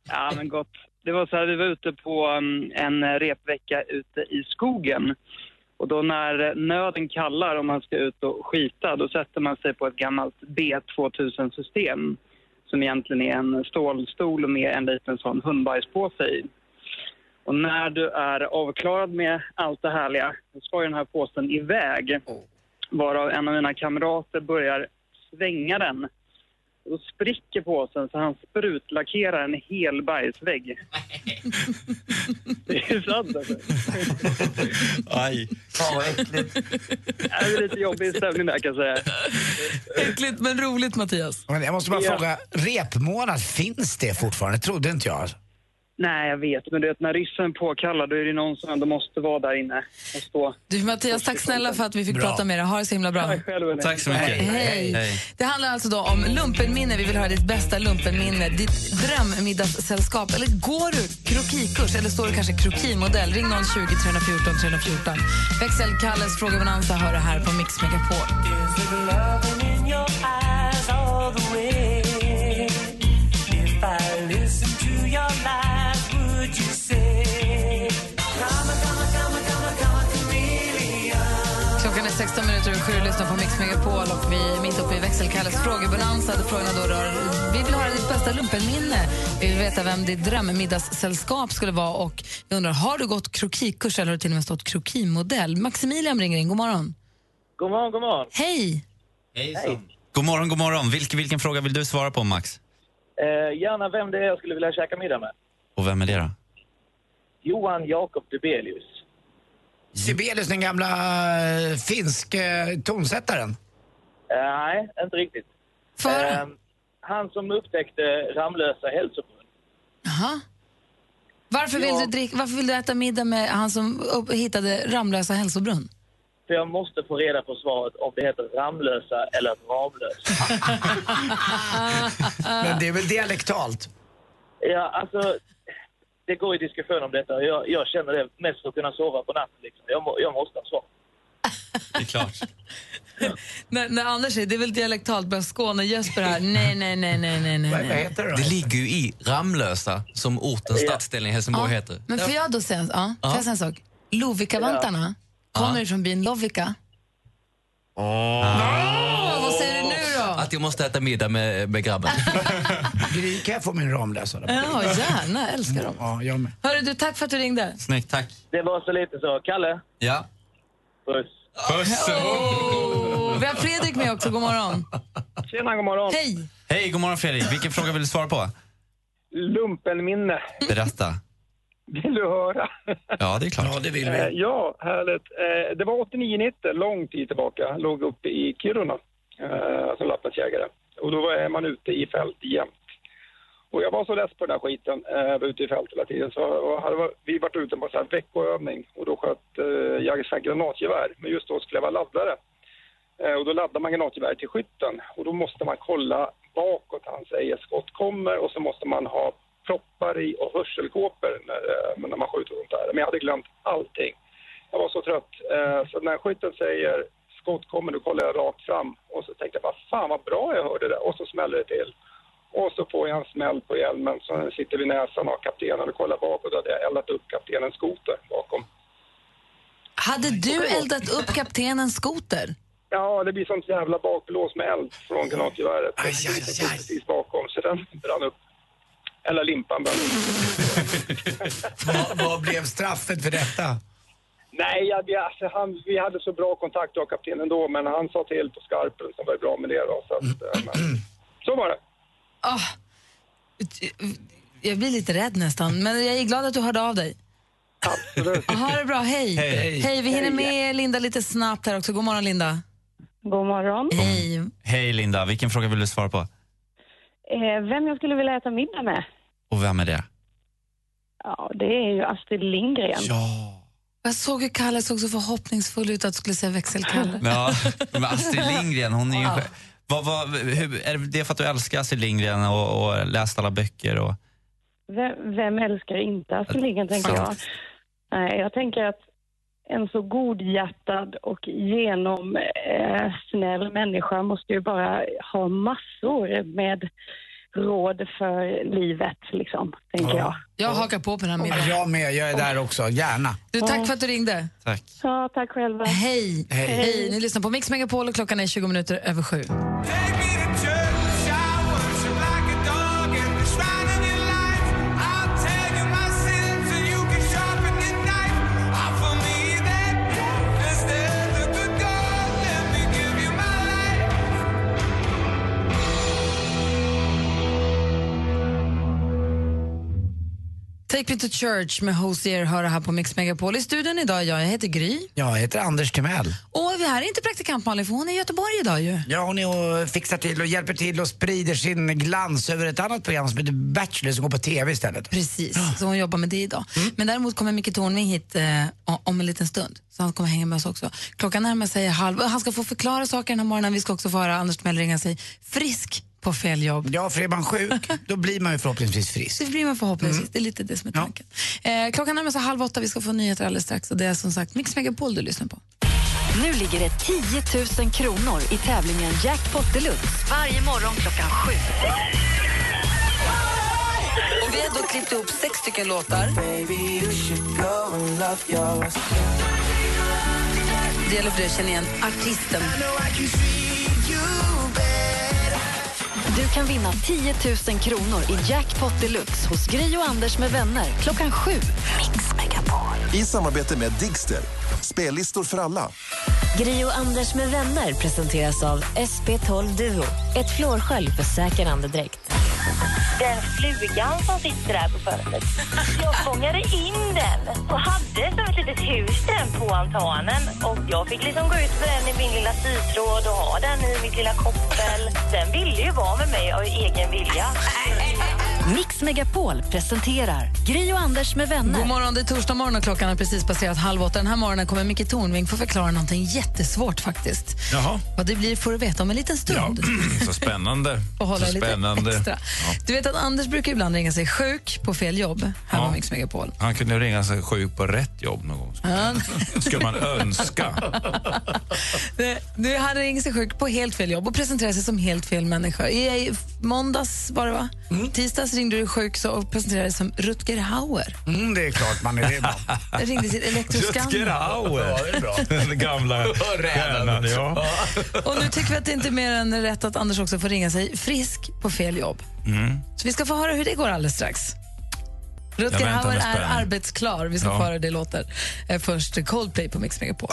Ja, men gott. Det var så här, vi var ute på um, en repvecka ute i skogen. Och då när nöden kallar om man ska ut och skita, då sätter man sig på ett gammalt B2000-system som egentligen är en stålstol med en liten sån hundbajspåse i. Och när du är avklarad med allt det härliga, då ska ju den här påsen iväg. Varav en av mina kamrater börjar svänga den. Och då spricker påsen så han sprutlackerar en hel bajsvägg. Det är sant alltså.
Aj.
Fan vad äckligt. Det är lite jobbig stämning där kan jag säga.
Äckligt men roligt Mattias.
Men jag måste bara
Ja.
fråga, repmånad, finns det fortfarande? Trodde inte jag.
Nej, jag vet. Men du vet, när ryssen påkallar då är det någon som ändå måste vara där inne och stå.
Du Mattias, tack snälla för att vi fick
Bra.
prata med dig. Ha det så himla bra.
Tack själv, hörni.
Tack så mycket.
Hej.
Hej.
Det handlar alltså då om lumpenminne. Vi vill höra ditt bästa lumpenminne, ditt drömmiddagssällskap. Eller går du krokikurs? Eller står du kanske krokimodell? Ring 020 314 314. Växelkalles Fråga Bonanza hör du här på Mix Megapol. Klockan är 16 minuter och sju lyssnar på Mix Megapol och vi är mitt uppe i växelkalles frågebonanza där frågorna då rör... Vi vill höra ditt bästa lumpenminne. Vi vill veta vem ditt drömmiddagssällskap skulle vara och vi undrar, har du gått krokikurs eller har du till och med stått krokimodell? Maximilian ringer in, god morgon.
God morgon, god morgon.
Hej!
God morgon, god morgon. Vilken, vilken fråga vill du svara på, Max?
Eh, gärna vem det är jag skulle vilja käka middag med.
Och vem är det då?
Johan Jakob Dubelius.
Sibelius, den gamla eh, finsk eh, tonsättaren.
Eh, nej, inte riktigt. Eh, han som upptäckte Ramlösa hälsoförbund.
Jaha. Varför, vill
Ja.
du drick, varför vill du äta middag med han som upp, hittade Ramlösa hälsobrunn?
För jag måste få reda på svaret om det heter Ramlösa eller Ramlösa.
*laughs* Men det är väl dialektalt?
Ja, alltså, det går ju diskussion om detta. Jag, jag känner det mest för att kunna sova på natten. Liksom. Jag, må, jag måste ha svar.
Det är
*laughs*
klart.
När, när Anders säger det är väl dialektalt, bara Skåne, Jesper *laughs* här. Nej, nej, nej, nej, nej, nej. nej.
Det ligger ju i Ramlösa, som ortens stadsdelning i Helsingborg heter.
Men får jag då säga, ja, får jag säga en sak? Lovikavantarna kommer från byn Lovika.
Ah.
Åh,
vad säger du nu då?
Ah. Att jag måste äta middag med, med grabben.
*laughs* Gry, kan jag få min Ramlösa? då?
Ja, gärna. Älskar dem.
Ja, jag med.
Hörru du, tack för att du ringde.
Snyggt, tack.
Det var så lite så. Kalle?
Ja?
Puss.
Puss!
Och vi har Fredrik med också, god morgon.
Tjena, god morgon.
Hej!
Hej, god morgon Fredrik. Vilken fråga vill du svara på?
Lumpenminne.
Berätta.
Vill du höra?
Ja, det är klart. Ja, det
Eh, ja, härligt. Eh, det var 89-90, lång tid tillbaka. Låg uppe i Kiruna eh, som lappasjägare. Och då var man ute i fält jämt. Och jag var så less på den här skiten, eh, var ute i fält hela tiden. Så och hade var- vi varit ute på så här veckoövning och då sköt eh, jag ett sånt här granatgevär. Men just då skulle jag vara laddare. Eh, och då laddar man granatgevär till skytten. Och då måste man kolla bakåt hans skott kommer och så måste man ha proppar i och hörselkåpor när, eh, när man skjuter och sånt där. Men jag hade glömt allting. Jag var så trött. Eh, så när skytten säger skott kommer, då kollar jag rakt fram. Och så tänkte jag, vad fan vad bra jag hörde det. Och så smäller det till. Och så får jag en smäll på hjälmen, så sitter vid näsan av kaptenen och kollar bakåt. Då hade jag eldat upp kaptenens skoter bakom.
Hade du eldat upp kaptenens skoter?
Ja, det blir sånt jävla bakblås med eld från granatgeväret. Den sitter precis bakom, så den brann upp. Eller limpan brann
Vad, vad blev straffet för detta?
Nej, jag, jag- alltså, han, vi hade så bra kontakt jag och kaptenen då, men han sa till på skarpen som var det bra med det då. Så, att, eh, men, så var det.
Ah, jag blir lite rädd nästan, men jag är glad att du hörde av dig. Absolut. Ha det bra, hej.
Hej.
vi hinner med Linda lite snabbt här också. God morgon Linda.
God morgon.
Hej.
Hej Linda, vilken fråga vill du svara på?
Eh, vem jag skulle vilja äta middag med?
Och vem är det?
Ja, det är ju Astrid Lindgren.
Jag såg hur Kalle såg så förhoppningsfull ut att du skulle säga växelkalle.
Ja, men Astrid Lindgren, hon är ju...
Wow.
Vad, vad, hur, är det för att du älskar Astrid Lindgren och, och läst alla böcker? Och,
Vem, vem älskar inte Astrid Lindgren, tänker jag. Nej, jag tänker att en så godhjärtad och genomsnäll eh, snäll människa måste ju bara ha massor med råd för livet, liksom, tänker jag.
Jag hakar på på den här
Ja,
middagen.
Jag med, jag är där också. Gärna.
Du, tack för att du ringde.
Tack.
Ja, tack själva.
Hej.
Hej.
Hej. Ni lyssnar på Mix Megapol och klockan är 20 minuter över sju. Take me to church med Hosier hör det här på Mix Megapol. I studion idag, jag, jag heter Gry.
Jag heter Anders Timell.
Och vi här är inte praktikant Malin, för hon är i Göteborg idag ju.
Ja, hon är och fixar till och hjälper till och sprider sin glans över ett annat program som heter Bachelor som går på TV istället.
Precis, så hon jobbar med det idag. Men däremot kommer Micke Tornving hit eh, o- om en liten stund, så han kommer hänga med oss också. Klockan närmar sig halv, han ska få förklara saker den här morgonen. Vi ska också få höra Anders Mell ringa sig frisk på fel jobb.
Ja, för är man sjuk, då blir man ju förhoppningsvis frisk.
Det blir man förhoppningsvis, det är lite det som är tanken. Eh, klockan närmar sig halv åtta, vi ska få nyheter alldeles strax och det är som sagt Mix Megapol du lyssnar på.
Nu ligger det 10 000 kronor i tävlingen Jackpot Deluxe varje morgon klockan sju.
Och vi har då klippt ihop sex stycken låtar.
Det gäller för dig att känna igen artisten.
Du kan vinna 10 000 kronor i Jackpot Deluxe hos Gry och Anders med vänner klockan sju. Mix Megapol.
I samarbete med Digster. Spellistor för alla.
Gri och Anders med vänner presenteras av SP12 Duo. Ett flårskölj för säker andedräkt.
Den flugan som sitter där på fönstret. Jag fångade in den och hade som ett litet hus den på altanen. Och jag fick liksom gå ut med den i min lilla sytråd och ha den i mitt lilla koppel. Den ville ju vara med mig av egen vilja.
Mix Megapol presenterar Gry och Anders med vänner.
God morgon, det är torsdag morgon och klockan har precis passerat halv åtta. Den här morgonen kommer Micke Tornving få förklara någonting jättesvårt faktiskt.
Jaha. *clears throat*
Vad det blir får du veta om en liten stund.
Så spännande.
Och hålla
så
lite
spännande.
extra. Du vet att Anders brukar ibland ringa sig sjuk på fel jobb här på Mix Megapol.
Han kunde ju ringa sig sjuk på rätt jobb någon gång.
Han,
Skulle
*laughs*
man önska.
nu, han ringer sig sjuk på helt fel jobb och presenterar sig som helt fel människa. I, i måndags var det va? Tisdags ringde du sjuk så, och presenterade dig som Rutger Hauer.
Mm, det är klart man är det. ibland.
Jag ringde till Elektroskan.
Rutger
Ja, det är bra.
Hauer. *laughs*
*laughs*
Den gamla stjärnan. Ja.
Och nu tycker vi att det inte är mer än rätt att Anders också får ringa sig frisk på fel jobb.
Mm.
Så vi ska få höra hur det går alldeles strax.
Jag
Rutger
väntar
Hauer
med
är
spänning.
arbetsklar. Vi ska
Ja.
få höra hur det låter. Eh, Först Coldplay på Mix Megapol.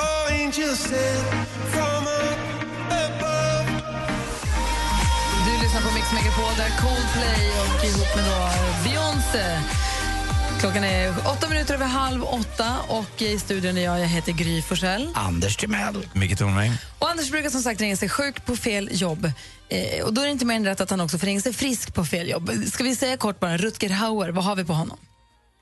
Du lyssnar på Mix Megapol, där Coldplay och ihop med då Beyoncé. Klockan är åtta minuter över halv åtta och i studion är jag, jag heter Gry Forssell.
Anders Timell.
Micke Tornving.
Och Anders brukar som sagt ringa sig sjuk på fel jobb. Eh, och då är det inte mer än rätt att han också får ringa sig frisk på fel jobb. Ska vi säga kort bara, Rutger Hauer, vad har vi på honom?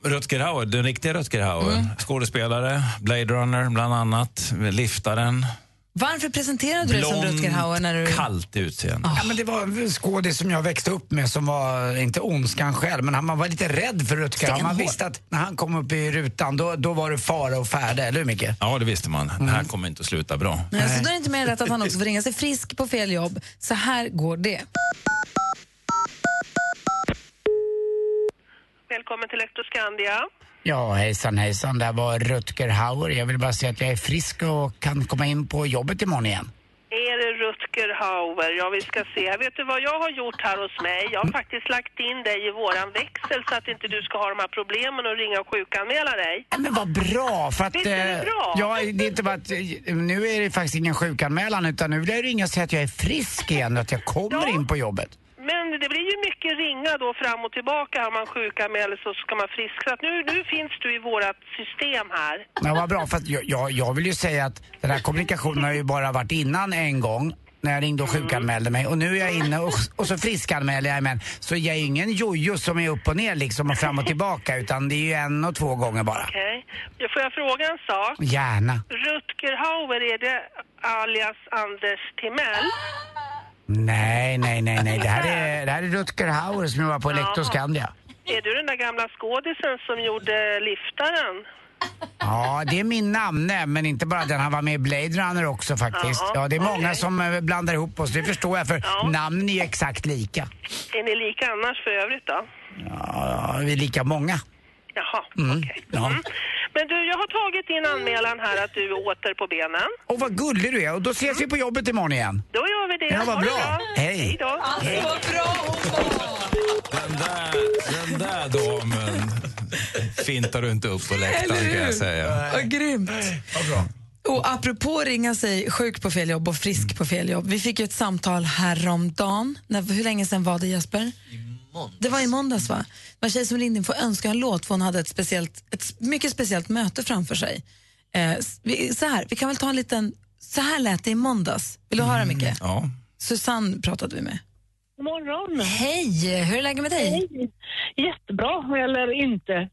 Rutger Hauer, den riktiga Rutger Hauer.
Mm.
Skådespelare, Blade Runner bland annat, Liftaren.
Varför presenterade du dig som Rutger Hauer när du...
kallt utseende.
Ja, men det var en skådis som jag växte upp med som var, inte ondskan själv, men han man var lite rädd för Rutger. Han- Man
Stenhård.
visste att när han kom upp i rutan, då, då var det fara och färde, eller hur Micke?
Ja, det visste man. Det här kommer inte att sluta bra.
Mm. Nej. Så då är det inte mer än rätt att han också får ringa sig frisk på fel jobb. Så här går det.
välkommen till Elektroskandia.
Ja, hejsan hejsan. Det här var Rutger Hauer. Jag vill bara säga att jag är frisk och kan komma in på jobbet imorgon igen.
Är det Rutger Hauer? Ja, vi ska se. Vet du vad jag har gjort här hos mig? Jag har faktiskt lagt in dig i våran växel så att inte du ska ha de här problemen och ringa och sjukanmäla dig.
Ja, Men vad bra! För att,
Visst är det
eh,
bra?
Ja, det är inte bara att, eh, nu är det faktiskt ingen sjukanmälan utan nu vill jag ringa och säga att jag är frisk igen och att jag kommer in på jobbet.
Men det blir ju mycket ringa då fram och tillbaka. Har man sjukanmäler så ska man frisk. Så att nu, nu finns du i vårat system här.
Ja, vad bra, för att jag, jag, jag vill ju säga att den här kommunikationen har ju bara varit innan en gång när jag ringde och
Mm.
sjukanmälde mig och nu är jag inne och, och så friskanmäler jag mig. Så jag är ju ingen jojo som är upp och ner liksom och fram och tillbaka utan det är ju en och två gånger bara.
Okej. Får jag fråga en sak?
Gärna.
Rutger Hauer, är det alias Anders Timell?
Nej, nej, nej, nej. Det här är, det här är Rutger Hauer som jobbar på Elektroskandia.
Är du den där gamla skådisen som gjorde liftaren?
Ja, det är min namne, men inte bara den. Han var med i Blade Runner också faktiskt. Ja, det är många som eh, blandar ihop oss, det förstår jag för namnen är ju exakt lika.
Är ni lika annars för övrigt då?
Ja, vi är lika många.
Jaha.
Mm. Ja.
Men du, jag har tagit din anmälan här att du är åter på benen.
Och vad gullig du är. Och då ses vi på jobbet imorgon igen.
Då gör vi det.
Ja, vad
Ha det
bra. Hej.
då.
Alltså,
vad bra
Den där, den där damen fintar du inte upp på läktaren kan jag säga.
Vad grymt. Och apropå ringa sig sjuk på fel jobb och frisk på fel jobb. Vi fick ju ett samtal häromdagen. När, hur länge sedan var det Jesper? Det var i måndags va? Det var en tjej som ringde in för att önska en låt för hon hade ett, speciellt, ett mycket speciellt möte framför sig. Eh, s- vi, så här, vi kan väl ta en liten... Så här lät det i måndags. Vill du höra Micke?
Ja.
Susanne pratade vi med.
God morgon!
Hej! Hur är läget med dig?
Hej. Jättebra, eller
*laughs*
inte.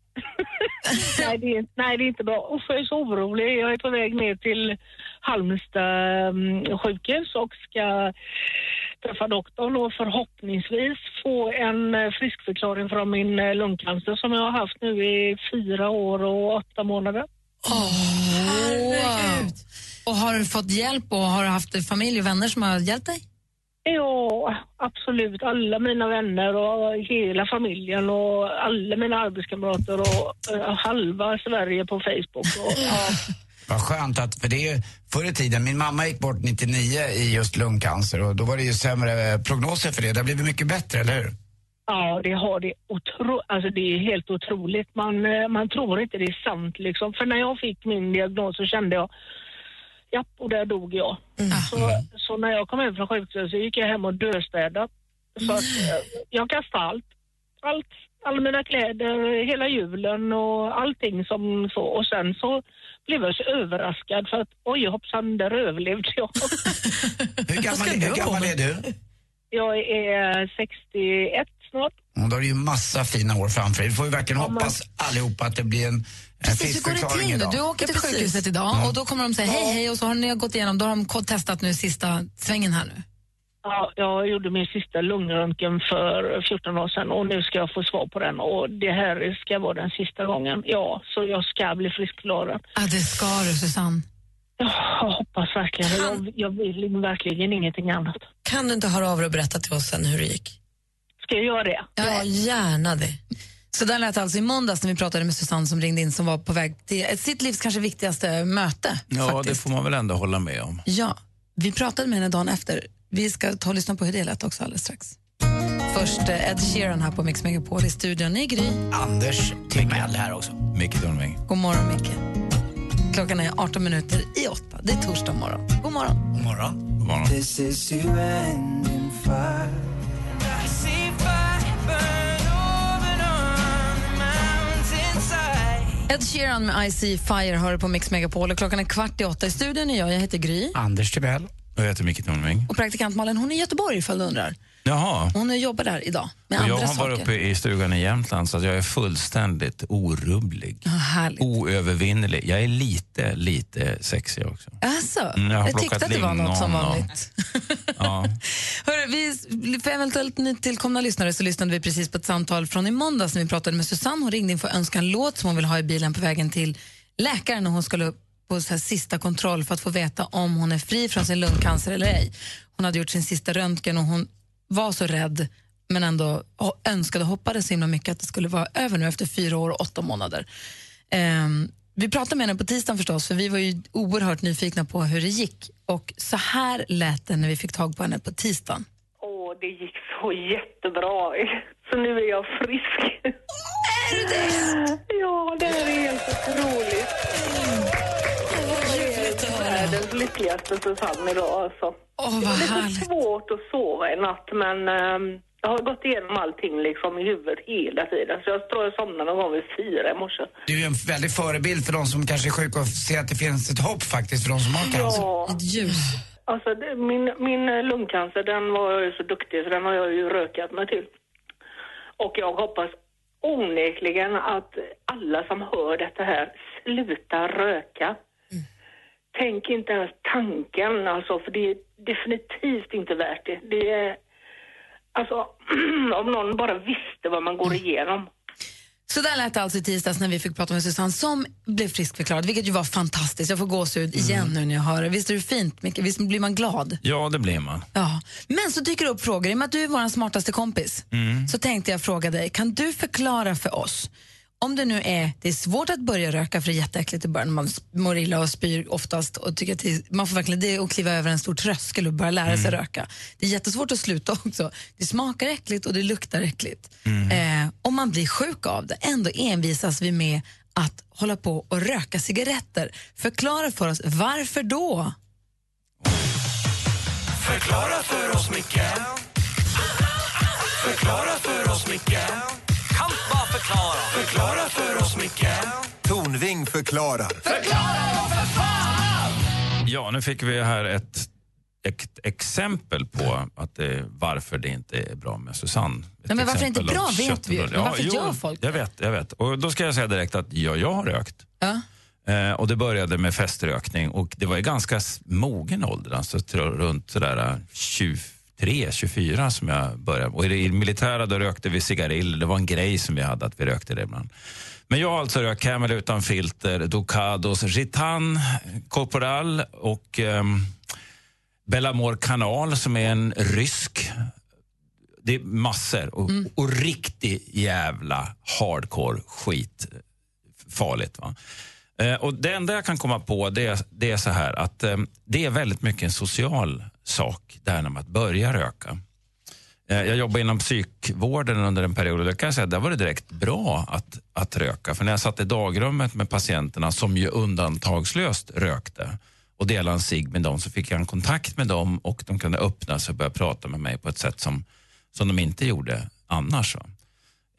nej, det är, nej, det är inte bra. Usch, jag är så orolig. Jag är på väg ner till Halmstad mm, sjukhus och ska träffa doktorn och förhoppningsvis få en eh, friskförklaring från min eh, lungcancer som jag har haft nu i fyra år och åtta månader.
Herregud. Och har du fått hjälp och har du haft familj och vänner som har hjälpt dig?
Ja, absolut. Alla mina vänner och hela familjen och alla mina arbetskamrater och eh, halva Sverige på Facebook. Och, ja.
Vad skönt att, för det är ju förr i tiden, min mamma gick bort 99 i just lungcancer och då var det ju sämre eh, prognoser för det. Det har blivit mycket bättre, eller hur?
Ja, det har det. Otro, alltså det är helt otroligt. Man, eh, man tror inte det är sant. Liksom. För när jag fick min diagnos så kände jag, japp, och där dog jag. Så, så när jag kom hem från sjukhuset så gick jag hem och döstädade. Så att, eh, jag kastade allt. allt. Alla mina kläder, hela julen och allting som så. Och sen så blev jag så överraskad för att oj hoppsan, där överlevde jag.
Hur gammal, hur gammal är du?
Jag är 61 snart.
Ja, då har du ju massa fina år framför dig. Vi får ju verkligen hoppas allihopa att det blir en, en
Precis, hur går det
friskförklaring
till nu?
idag.
Du åker till
precis.
sjukhuset idag
Ja.
och då kommer de säga hej hej och så har ni gått igenom, då har de ko- testat nu sista svängen här nu.
Ja, jag gjorde min sista lungröntgen för 14 år sedan och nu ska jag få svar på den och det här ska vara den sista gången. Ja, så jag ska bli friskförklarad.
Ja, det ska du Susanne.
Jag hoppas verkligen jag, jag vill verkligen ingenting annat.
Kan du inte höra av dig och berätta till oss sen hur det gick?
Ska jag göra det?
Ja,
gärna det.
Så där lät det alltså i måndags när vi pratade med Susanne som ringde in som var på väg till ett sitt livs kanske viktigaste möte.
Ja, det får man väl ändå hålla med om.
Ja, vi pratade med henne dagen efter. Vi ska ta och lyssna på hur det lät också alldeles strax. Först eh, Ed Sheeran här på Mix Megapol i studion. Ny Gry.
Anders Timell här också.
Micke Tornving.
God morgon, Micke. Klockan är 18 minuter i åtta. Det är torsdag morgon. God morgon.
God morgon.
God morgon.
This is you and in fire.
Ed Sheeran med I See Fire hör du på Mix Megapol. Och klockan är kvart i åtta. I studion är jag. Jag heter Gry.
Anders Timell.
Jag heter Micke Tornving.
Och praktikant Malin, hon är i Göteborg ifall du undrar.
Jaha.
Hon jobbar där idag med
Och jag
andra
har
saker.
varit uppe i stugan i Jämtland så att jag är fullständigt orubblig.
Ja, härligt.
Oövervinnerlig. Jag är lite, lite sexig också.
Alltså,
Mm, jag har
jag, tyckte
plockat
att det var något som
lingon
var
och-
nytt. *laughs*
Ja.
Hörru, vi, för eventuellt nytillkomna lyssnare så lyssnade vi precis på ett samtal från i måndags när vi pratade med Susanne. Hon ringde in för att önska en låt som hon vill ha i bilen på vägen till läkaren när hon skulle upp på så här sista kontroll för att få veta om hon är fri från sin lungcancer eller ej. Hon hade gjort sin sista röntgen och hon var så rädd men ändå ho- önskade och hoppades så himla mycket att det skulle vara över nu efter fyra år och åtta månader. Ehm, vi pratade med henne på tisdagen förstås, för vi var ju oerhört nyfikna på hur det gick. Och så här lät det när vi fick tag på henne på tisdagen.
Åh, det gick så jättebra. *laughs* Så nu är jag frisk. Är du det? Ja, det här är helt otroligt. Jag är världens lyckligaste Susanne idag alltså.
Åh,
det var lite svårt att sova i natt men ehm, jag har gått igenom allting liksom i huvudet hela tiden. Så jag tror jag somnade någon gång vid fyra i morse.
Du är ju en väldig förebild för de som kanske är sjuka och ser att det finns ett hopp faktiskt för de som har cancer.
Ett ljus. Alltså, det, min, min eh, lungcancer, den var jag ju så duktig så den har jag ju rökat mig till. Och jag hoppas onekligen att alla som hör detta här slutar röka. Mm. Tänk inte ens tanken alltså, för det är definitivt inte värt det. Det är... Alltså, *clears throat* om någon bara visste vad man går igenom.
Så där lät det alltså i tisdags när vi fick prata med Susanne som blev friskförklarad, vilket ju var fantastiskt. Jag får gåshud igen nu när jag hör det. Visst är det fint, Micke? Visst blir man glad?
Ja, det blir man.
Ja. Men så dyker det upp frågor. I och med att du är vår smartaste kompis
Mm.
så tänkte jag fråga dig, kan du förklara för oss om det nu är, det är svårt att börja röka för det är jätteäckligt i början, man mår illa och spyr oftast och tycker att det, är- man får verkligen det är att kliva över en stor tröskel och börja lära sig röka. Det är jättesvårt att sluta *laughs* också. Det smakar äckligt och det luktar äckligt. Eh, om man blir sjuk av det, ändå envisas vi med att hålla på och röka cigaretter. Förklara för oss, varför då?
Förklara för oss, Micke Förklara för oss, Micke Kan bara förklara Förklara för oss, Micke
Tornving förklarar.
Ja, nu fick vi här ett, ett exempel på att det, varför det inte är bra med Susanne. Ett
Nej, men varför
exempel
det inte är bra
av
vet vi ju,
köttbullar.
men varför gör folk
Jag vet, jag vet. Och då ska jag säga direkt att ja, jag har rökt.
Ja.
Eh, och det började med feströkning och det var i ganska s- mogen ålder, alltså tr- runt sådär eh, 23, 24 som jag började. Och i det i det militära då rökte vi cigariller, det var en grej som vi hade att vi rökte det ibland. Men jag har alltså rökt Camel utan filter, Ducados, Ritan, Corporal och ehm, Bellamore kanal som är en rysk. Det är massor och, och riktig jävla hardcore skit. Farligt. Va? Eh, och det enda jag kan komma på det är, det är så här att eh, det är väldigt mycket en social sak det här med att börja röka. Eh, Jag jobbade inom psykvården under en period och där kan jag säga att där var det direkt bra att, att röka. För när jag satt i dagrummet med patienterna som ju undantagslöst rökte och delade en cigg med dem så fick jag en kontakt med dem och de kunde öppna sig och börja prata med mig på ett sätt som, som de inte gjorde annars. Va?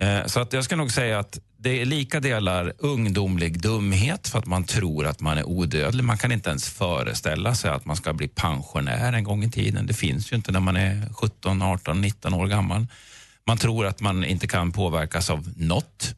Eh, Så att jag ska nog säga att det är lika delar ungdomlig dumhet för att man tror att man är odödlig. Man kan inte ens föreställa sig att man ska bli pensionär en gång i tiden. Det finns ju inte när man är 17, 18, 19 år gammal. Man tror att man inte kan påverkas av något.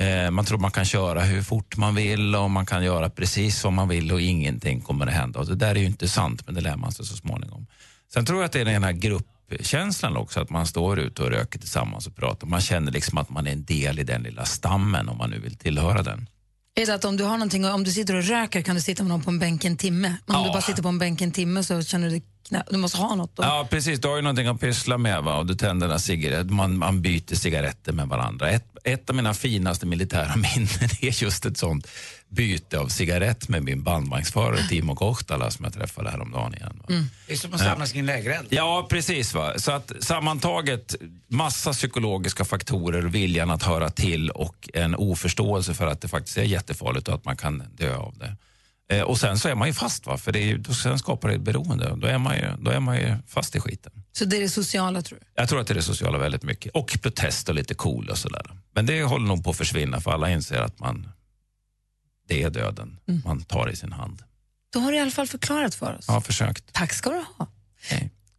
Eh, Man tror man kan köra hur fort man vill och man kan göra precis vad man vill och ingenting kommer att hända. Och det där är ju inte sant, men det lär man sig så småningom. Sen tror jag att det är den här gruppkänslan också, att man står ute och röker tillsammans och pratar. Man känner liksom att man är en del i den lilla stammen om man nu vill tillhöra den.
Är det att om du har någonting, om du sitter och röker kan du sitta med någon på en bänk en timme? Om du bara sitter på en bänk en timme så känner du dig knä, du måste ha något då?
Ja, precis. Du har ju någonting att pyssla med va? och du tänder en cigarett. Man, man byter cigaretter med varandra. Ett, ett av mina finaste militära *laughs* minnen är just ett sånt byte av cigarett med min bandvagnsförare Timo Kohtala som jag träffade häromdagen igen. Va?
Mm. Det är som att samlas kring lägereld.
Ja, precis. Va? Så att sammantaget, massa psykologiska faktorer, viljan att höra till och en oförståelse för att det faktiskt är jättefarligt och att man kan dö av det. Eh, och sen så är man ju fast, va? för det är ju, då, sen skapar det ett beroende. Då är, man ju, då är man ju fast i skiten.
Så det är det sociala tror du?
Jag tror att det är det sociala väldigt mycket. Och protest och lite cool och sådär. Men det håller nog på att försvinna för alla inser att man, det är döden man tar i sin hand.
Då har du i alla fall förklarat för oss.
Jag har försökt.
Tack ska du ha.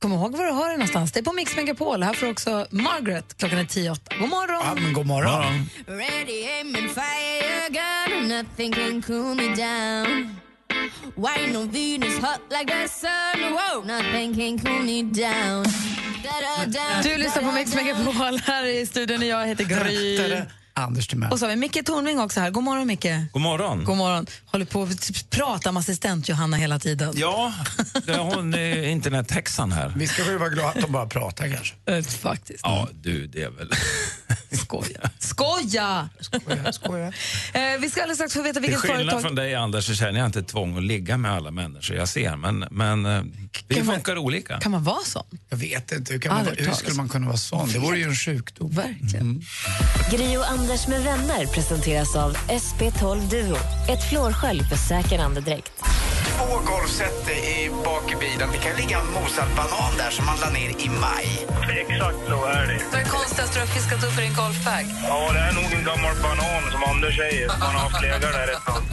Kom ihåg var du har det någonstans. Det är på Mix Megapol. Här får du också Margaret. Klockan är tio åtta. God morgon!
Ja, men god morgon.
Ready, aim and fire, gun, nothing can cool me down. Wine on Venus, hot like the sun, whoa, nothing can cool me down. Da-da-da,
Du lyssnar på Mix
da-da-da.
Megapol. Här i studion är jag heter Gry.
Anders Timell.
Och så har vi Micke Tornving också här. God morgon, Micke.
God morgon.
God morgon. Håller på att typ prata med assistent Johanna hela tiden.
Ja, det är hon är internethäxan här.
Vi ska väl vara glada att de bara pratar kanske.
Eh, Faktiskt.
Ja, du, det är väl...
*laughs*
Skoja. Skoja!
Skoja, skoja.
*laughs* Eh, vi ska alldeles strax få veta
Till
vilket
skillnad
företag...
från dig, Anders, så känner jag inte ett tvång att ligga med alla människor jag ser. Men, men eh, vi
Kan man-
funkar olika.
Kan man vara sån?
Jag vet inte, hur, kan man,
Aldrig
hur
hört
skulle man kunna vara sån? Det vore ju en sjukdom. Mm.
Verkligen.
Gri och Anders med vänner presenteras av SP12 Duo. Ett flårskölj för säker andedräkt.
Två golfset i bak i bilen. Det kan ligga en mosad banan där som man la ner i maj. Exakt så är det.
Vad är det konstigaste du har fiskat upp i din golfbag?
Ja, det är nog en gammal banan som Anders säger. Man har haft legat där ett tag.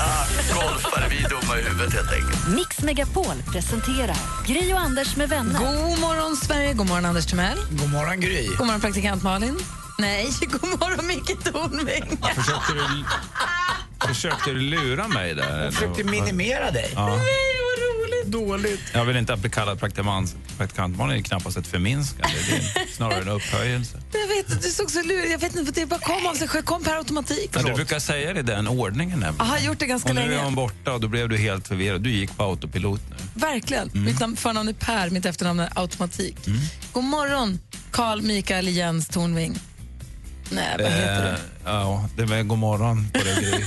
Ah, golfare, vi är dumma i huvudet helt enkelt.
Mix Megapol presenterar Gri och Anders med vänner.
God morgon, Sverige. God morgon, Anders Timell.
God morgon, Gry.
God morgon, praktikant Malin. Nej, *laughs* god morgon, Micke Tornving.
Försökte du, försökte du lura mig där?
Jag försökte
eller?
minimera dig.
Ja.
vad roligt.
Dåligt.
Jag vill inte att bli kallad praktikant. Praktikantbarn är ju knappast ett förminskande. Det är snarare en upphöjelse.
Jag vet att du såg så lurig Jag vet inte, det bara kom av sig själv. Kom per automatik.
Men du brukar säga det i den ordningen. nämligen.
Jag har gjort det ganska
och nu är
länge.
hon borta och då blev du helt förvirrad. Du gick på autopilot nu.
Verkligen.
Mm.
Mitt namn, förnamn är Per, mitt efternamn är automatik. God morgon, Carl Mikael Jens Tornving. Nej, vad heter du?
Eh, Ja, det var god morgon på
*laughs*
dig, Gry.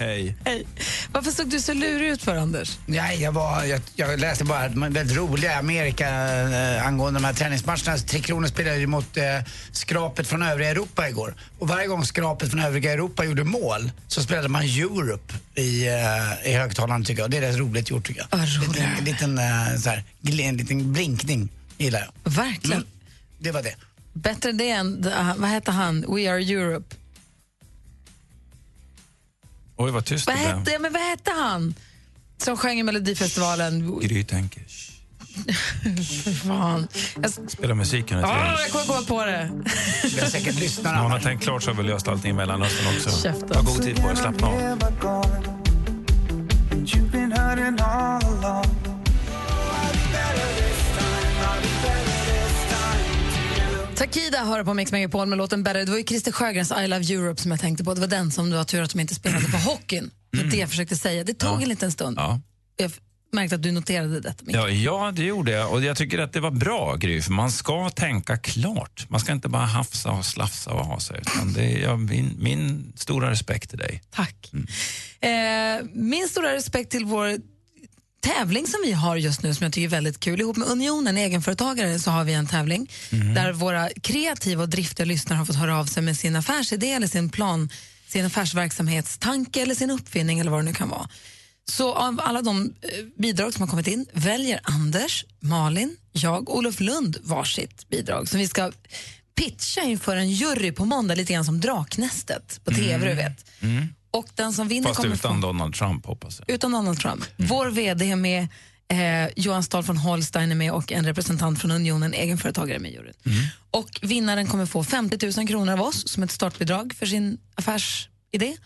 Hej.
Hej. Varför såg du så lurig ut för, Anders?
Nej, jag, var, jag, jag läste bara de väldigt roliga i Amerika eh, angående de här träningsmatcherna. Tre Kronor spelade ju mot eh, skrapet från övriga Europa igår. Och varje gång skrapet från övriga Europa gjorde mål så spelade man Europe i, eh, i högtalaren tycker jag. Det är rätt roligt gjort tycker jag. En liten, eh, så här, gl- en liten blinkning gillar jag.
Verkligen.
Mm, det var det.
Bättre det än, äh, vad hette han, We Are Europe?
Oj, vad tyst
Vad
det
hette, ja, men vad hette han som sjöng i Melodifestivalen? *laughs*
blev. Gry tänker. "Shh,
Fan. Jag, s-
Spela musiken. ett
Ah,
tag."
jag kommer komma på det.
Vi har säkert lyssnat.
När hon har tänkt klart så har vi löst allting i Mellanöstern också.
Käften.
Ta god tid på er, slappna av.
*laughs* Takida hör på Mix Megapol med låten Better. Det var ju Christer Sjögrens I Love Europe som jag tänkte på. Det var den som du var tur att de inte spelade på hockeyn. Det var Det jag försökte säga. Det tog en liten stund.
Ja.
Jag f- märkte att du noterade detta.
Ja, ja, det gjorde jag. Och jag tycker att det var bra, Gry, för man ska tänka klart. Man ska inte bara hafsa och slafsa och ha sig. Utan det är, ja, min, min stora respekt till dig.
Tack. Eh, min stora respekt till vår tävling som vi har just nu som jag tycker är väldigt kul. Ihop med Unionen, egenföretagare, så har vi en tävling
Mhm.
där våra kreativa och driftiga lyssnare har fått höra av sig med sin affärsidé eller sin plan, sin affärsverksamhetstanke eller sin uppfinning eller vad det nu kan vara. Så av alla de eh, bidrag som har kommit in väljer Anders, Malin, jag och Olof Lund varsitt bidrag som vi ska pitcha inför en jury på måndag, lite grann som Draknästet på tv, du vet.
Mm.
Och den som vinner
Fast
kommer
utan
få...
Donald Trump, hoppas jag.
Utan Donald Trump. Vår VD är med, eh, Johan Stahl från Holstein är med och en representant från Unionen, egenföretagare är med i juryn. Och vinnaren kommer få 50 000 kronor av oss som ett startbidrag för sin affärsidé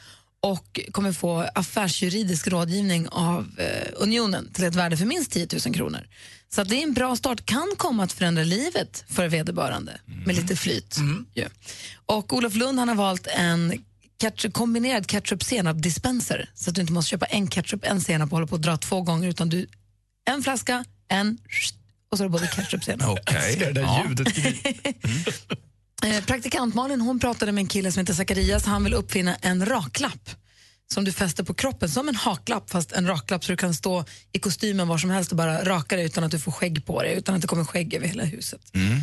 och kommer få affärsjuridisk rådgivning av eh, Unionen till ett värde för minst 10 000 kronor. Så att det är en bra start, kan komma att förändra livet för vederbörande med lite flyt.
Mm.
ju. Och Olof Lund han har valt en ketchup, kombinerad ketchup-senap-dispenser så att du inte måste köpa en ketchup, en senap och hålla på och dra två gånger utan du en flaska, en *sniffs* och så är det både ketchup och senap.
*laughs*
Okej.
Ser det där
Ja.
ljudet.
*laughs*
Eh, praktikant Malin hon pratade med en kille som heter Zacharias. Han vill uppfinna en raklapp som du fäster på kroppen som en haklapp fast en raklapp så du kan stå i kostymen var som helst och bara raka dig utan att du får skägg på dig, utan att det kommer skägg över hela huset.
Mm.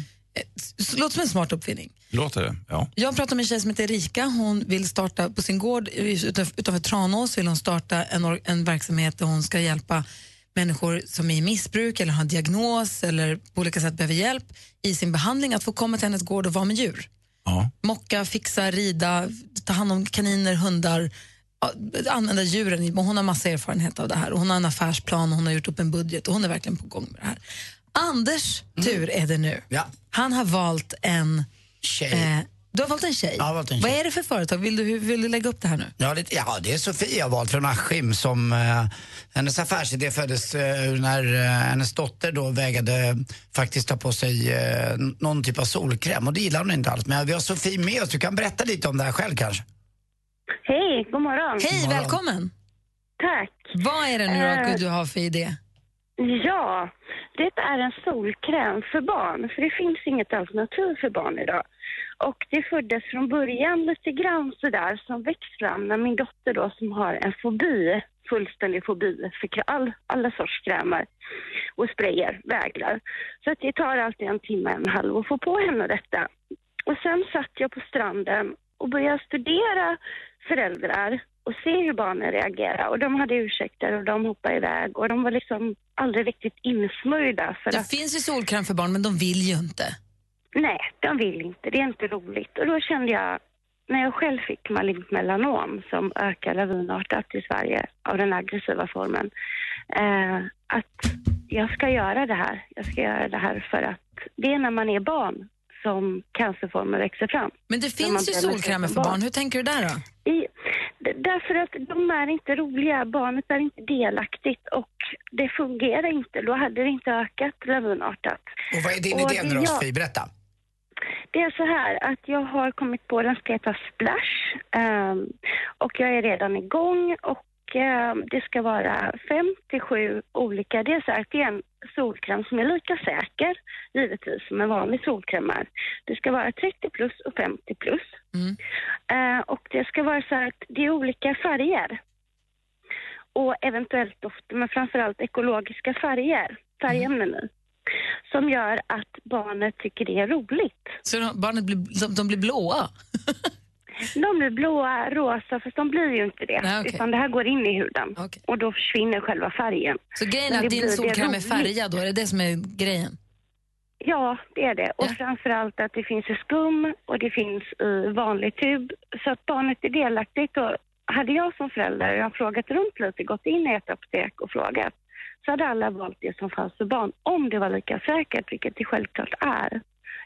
Så, låter som en smart uppfinning.
Låter det? Ja.
Jag pratade med en tjej som heter Erika. Hon vill starta på sin gård utanf- utanför Tranås vill hon starta en, or- en verksamhet där hon ska hjälpa människor som är i missbruk eller har en diagnos eller på olika sätt behöver hjälp i sin behandling att få komma till hennes gård och vara med djur.
Ja.
Mocka, fixa, rida, ta hand om kaniner, hundar, ja, använda djuren. i- Hon har massa erfarenhet av det här. Och Hon har en affärsplan och hon har gjort upp en budget och hon är verkligen på gång med det här.
Mm.
Anders tur är det nu. Han har valt en
Tjej.
Eh, Du har valt en tjej.
Jag har valt en
Vad är det för företag? Vill du, vill du lägga upp det här nu?
Ja, det, ja, det är Sofia jag har valt från Askim som eh, hennes affärsidé föddes eh, ur när eh, hennes dotter då vägrade faktiskt ta på sig eh, n- någon typ av solkräm och det gillar hon inte alls. Men vi har Sofie med oss, du kan berätta lite om det här själv kanske.
Hej, god morgon.
Hej,
God morgon.
välkommen!
Tack.
Vad är det nu då
Eh.
du har för idé?
Ja, det är en solkräm för barn, för det finns inget alternativ för barn idag. Och det föddes från början lite grann sådär som växt fram när min dotter då som har en fobi, fullständig fobi för krä- all, alla sorts krämer och sprayer, vägrar. Så att det tar alltid en timme, en halv att få på henne detta. Och sen satt jag på stranden och började studera föräldrar och se hur barnen reagerar. Och de hade ursäkter och de hoppade iväg och de var liksom aldrig riktigt insmörjda. För
Det
att,
finns ju solkräm för barn, men de vill ju inte.
nej, de vill inte, det är inte roligt. Och då kände jag, när jag själv fick malignt melanom som ökar lavinartat i Sverige av den aggressiva formen, eh, att jag ska göra det här. Jag ska göra det här för att det är när man är barn som cancerformen växer fram.
Men det
När man
finns ju
blir vuxen
solkrämer för
barn.
barn. Hur tänker du där då?
I, d- därför att de är inte roliga, barnet är inte delaktigt och det fungerar inte. Då hade det inte ökat lavinartat.
Och vad är din
Och
idé
det
nu då
jag-
Sofie, berätta.
Det är så här att jag har kommit på, den ska heta Splash ehm, och jag är redan igång och ehm, det ska vara fem till sju olika. Det är så här att det är en solkräm som är lika säker givetvis som en vanlig solkräm är. Det ska vara 30 plus och 50 plus. Eh, och det ska vara så här att det är olika färger och eventuellt dofter, men framförallt ekologiska färger, färgämnen i, som gör att barnet tycker det är roligt.
Så de, barnet blir, de, de blir blåa?
*laughs* De blir blåa, rosa, för de blir ju inte det.
Nej, okej.
Utan det här går in i huden och då försvinner själva färgen.
Så grejen
Men
är
det
att din
blir- det
solkräm är
roligt.
färgad då? Är det det som är grejen?
Ja, det är det. Och framförallt att det finns i skum och det finns i vanlig tub. Så att barnet är delaktigt. Och hade jag som förälder jag har frågat runt lite, gått in i ett apotek och frågat, så hade alla valt det som fanns för barn om det var lika säkert, vilket det självklart är.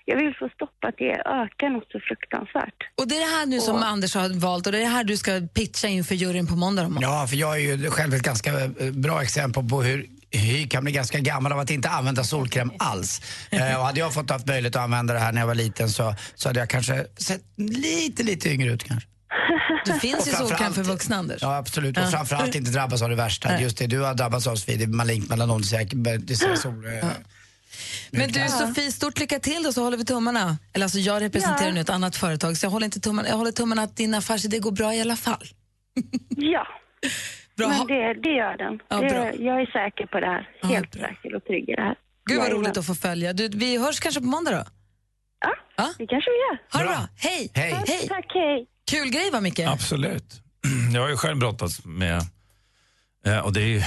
Jag vill få stopp att det ökar något så fruktansvärt.
Och det är det här nu som Anders har valt och det är det här du ska pitcha inför juryn på måndag om.
Ja, för jag är ju själv ett ganska eh, bra exempel på hur hy kan bli ganska gammal av att inte använda solkräm alls. Eh, och hade jag fått haft möjlighet att använda det här när jag var liten så, så hade jag kanske sett lite, lite yngre ut kanske.
*laughs*
Det finns ju
Och framförallt-
solkräm för vuxna, Anders.
Ja, absolut. Och
Ja.
framförallt inte drabbas av det värsta.
Nej.
Just det, du har drabbats av Sofie, det är malignt melanom, det är säkert- det
*laughs*
är sol... eh,
Men du Sofie, stort lycka till och så håller vi tummarna. Eller alltså jag representerar
Ja.
nu ett annat företag så jag håller inte tummarna, jag håller tummarna att din affärsidé går bra i alla fall.
Ja,
Bra.
men det, det gör den.
Ja, bra.
det, jag är säker på det här. Helt säker och trygg i det här.
Gud vad
Jajamän.
roligt att få följa. Du, vi hörs kanske på måndag då?
Ja, det kanske vi gör.
Ha det bra. Hej!
Hej.
Tack, hej.
Kul grej va Micke?
Absolut. Jag har ju själv brottats med... eh, Och det, är ju,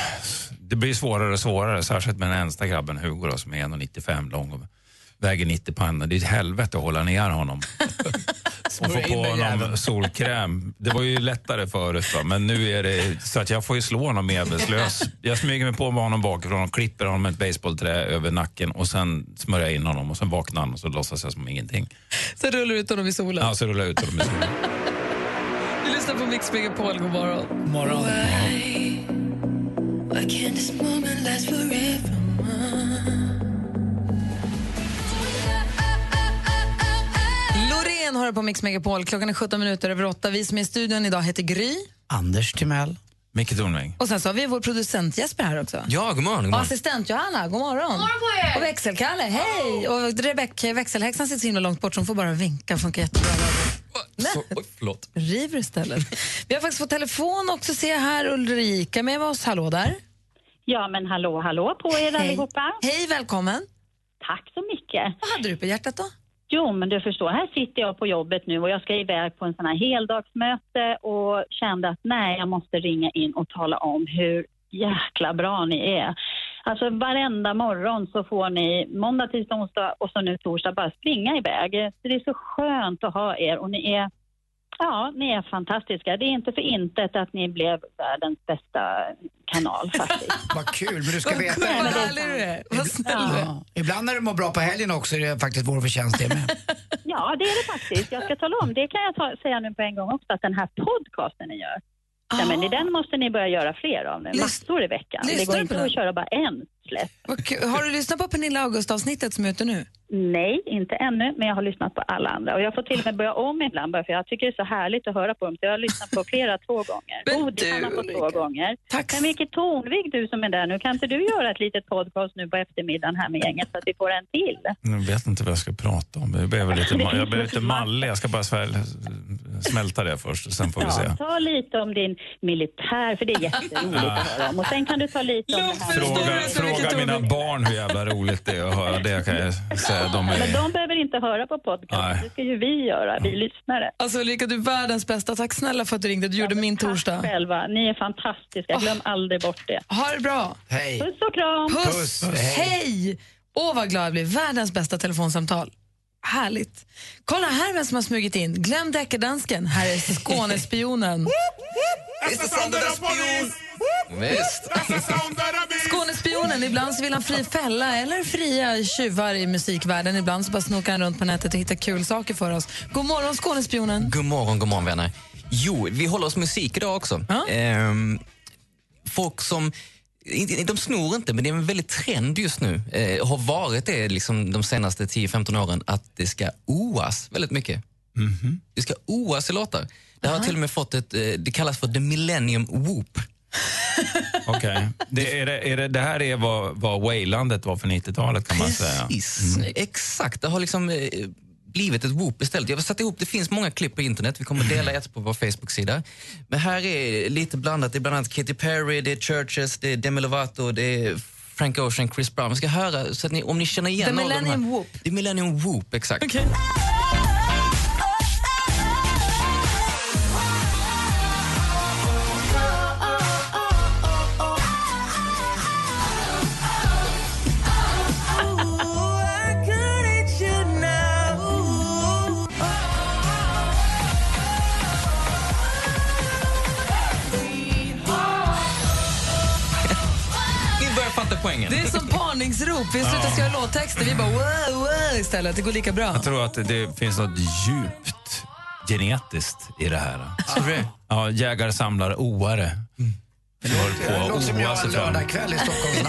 det blir svårare och svårare, särskilt med den äldsta grabben Hugo då, som är 1,95 lång och väger 90 pannor. Det är ett helvete att hålla
*laughs*
ner honom och få
in
på
den
honom
jäveln.
solkräm. Det var ju lättare förut, va? men nu är det så att jag får ju slå honom medvetslös. Jag smyger mig på med honom bakifrån och klipper honom med ett basebollträ över nacken och sen smörjer jag in honom och sen vaknar han och så låtsas jag som ingenting.
Så rullar du ut honom i solen.
Ja, så rullar jag ut honom i solen.
Du lyssnar på Mix Megapol, god morgon.
morgon.
Why can't this moment last forever?
Loreen har det på Mix Megapol. Klockan är 17 minuter över 8. Vi som är i studion idag heter Gry.
Anders Timell.
Micke Tornving.
Och sen så har vi vår producent Jesper här också.
Ja, god morgon. God
Och
morgon.
assistent Johanna, god morgon. God morgon på er. Och växelkalle, hej. Och Rebecka, växelhäxan sitter så himla långt bort så hon får bara vinka. Funkar jättebra.
Så, oj, förlåt.
River istället. vi har faktiskt fått telefon också ser jag här. Ulrika är med oss. Hallå där.
Ja, men hallå, hallå på er allihopa.
Hej, välkommen.
Tack så mycket.
Vad hade du på hjärtat då?
Jo, men du förstår, här sitter jag på jobbet nu och jag ska iväg på en sån här heldagsmöte och kände att nej, jag måste ringa in och tala om hur jäkla bra ni är. Alltså varenda morgon så får ni måndag, tisdag, onsdag och så nu torsdag bara springa iväg. Så det är så skönt att ha er och ni är Ja, ni är fantastiska. Det är inte för intet att ni blev världens bästa kanal faktiskt.
Vad kul, men du ska
Vad
veta.
kul, vad härlig du
är.
Vad snäll du är. Ibland när du mår bra på helgen också är det faktiskt vår förtjänst det med.
Ja, det är det faktiskt. Jag ska tala om, det kan jag ta, säga nu på en gång också, att den här podcasten ni gör, ja, men den måste ni börja göra fler av nu. Massor i veckan. Det
Ah. lyssnar
går
du
inte
på
att
den?
köra bara en släpp.
Vad kul. Har du lyssnat på Pernilla August-avsnittet som är ute nu?
Nej, inte ännu, men jag har lyssnat på alla andra. Och jag får till och med börja om ibland, bara för jag tycker det är så härligt att höra på dem. Så jag har lyssnat på flera två gånger. Godisarna på två gånger. Tack. Men Micke Tornvik, du som är där nu, kan inte du göra ett litet podcast nu på eftermiddagen här med gänget så att vi får en till?
Jag vet inte vad jag ska prata om. Jag behöver lite, ma- jag behöver lite malle. Jag ska bara sväl, smälta det först, sen får vi se.
Ja, ta lite om din militär, för det är jätteroligt att höra om. Och sen kan du ta lite om det här.
Fråga, fråga mina barn hur jävla roligt det är att höra det. Kan jag säga. De
Men
är...
de behöver inte höra på podcast. Det ska ju vi göra, vi lyssnare.
Alltså Ulrika, du är världens bästa. Tack snälla för att du ringde. Du gjorde min torsdag. Ah.
Själva, ni är fantastiska. Glöm aldrig bort det.
Ha det bra.
Hej.
Puss och kram.
Puss. Hej! Åh, vad glad jag blev. Världens bästa telefonsamtal. Härligt. Kolla här vem som har smugit in. Glöm deckardansken. Här är Skånespionen.
Visst.
Skånespionen. Ibland så vill han fri fälla eller fria tjuvar i musikvärlden. Ibland så bara snokar han runt på nätet och hittar kul saker för oss. God morgon, Skånespionen.
God morgon, god morgon vänner. Jo, vi håller oss musik idag också. Ehm, folk som, inte- de snor inte, men det är en väldigt trend just nu. Eh, har varit det liksom de senaste 10-15 åren, att det ska oas väldigt mycket.
Mhm.
Det ska oas i låtar. Det har till och med fått ett, eh, det kallas för the millennium whoop.
Okej. Det, är det, är det, det här är vad, vad Waylandet var för 90-talet kan man säga.
Precis,
Mm.
exakt. Det har liksom eh, blivit ett whoop istället. Jag har satt ihop, det finns många klipp på internet. Vi
Mm.
kommer dela ett på vår Facebook-sida. Men här är lite blandat. Det är bland annat Katy Perry, det är Churches, det är Demi Lovato, det är Frank Ocean, Chris Brown. Vi ska höra så att ni, om ni känner igen
The
några av de här-
Millennium Whoop.
The Millennium Whoop, exakt. Ni börjar fatta poängen.
Det är som parningsrop. Vi slutar
Ja.
skriva låttexter. Vi bara wow, wow istället. Det går lika bra.
Jag tror att det, det finns något djupt genetiskt i det här.
Tror du det?
Ja, jägare, samlare, oare. Vi håller på
låter
att
som
oa sig fram.
Lördagkväll i Stockholm.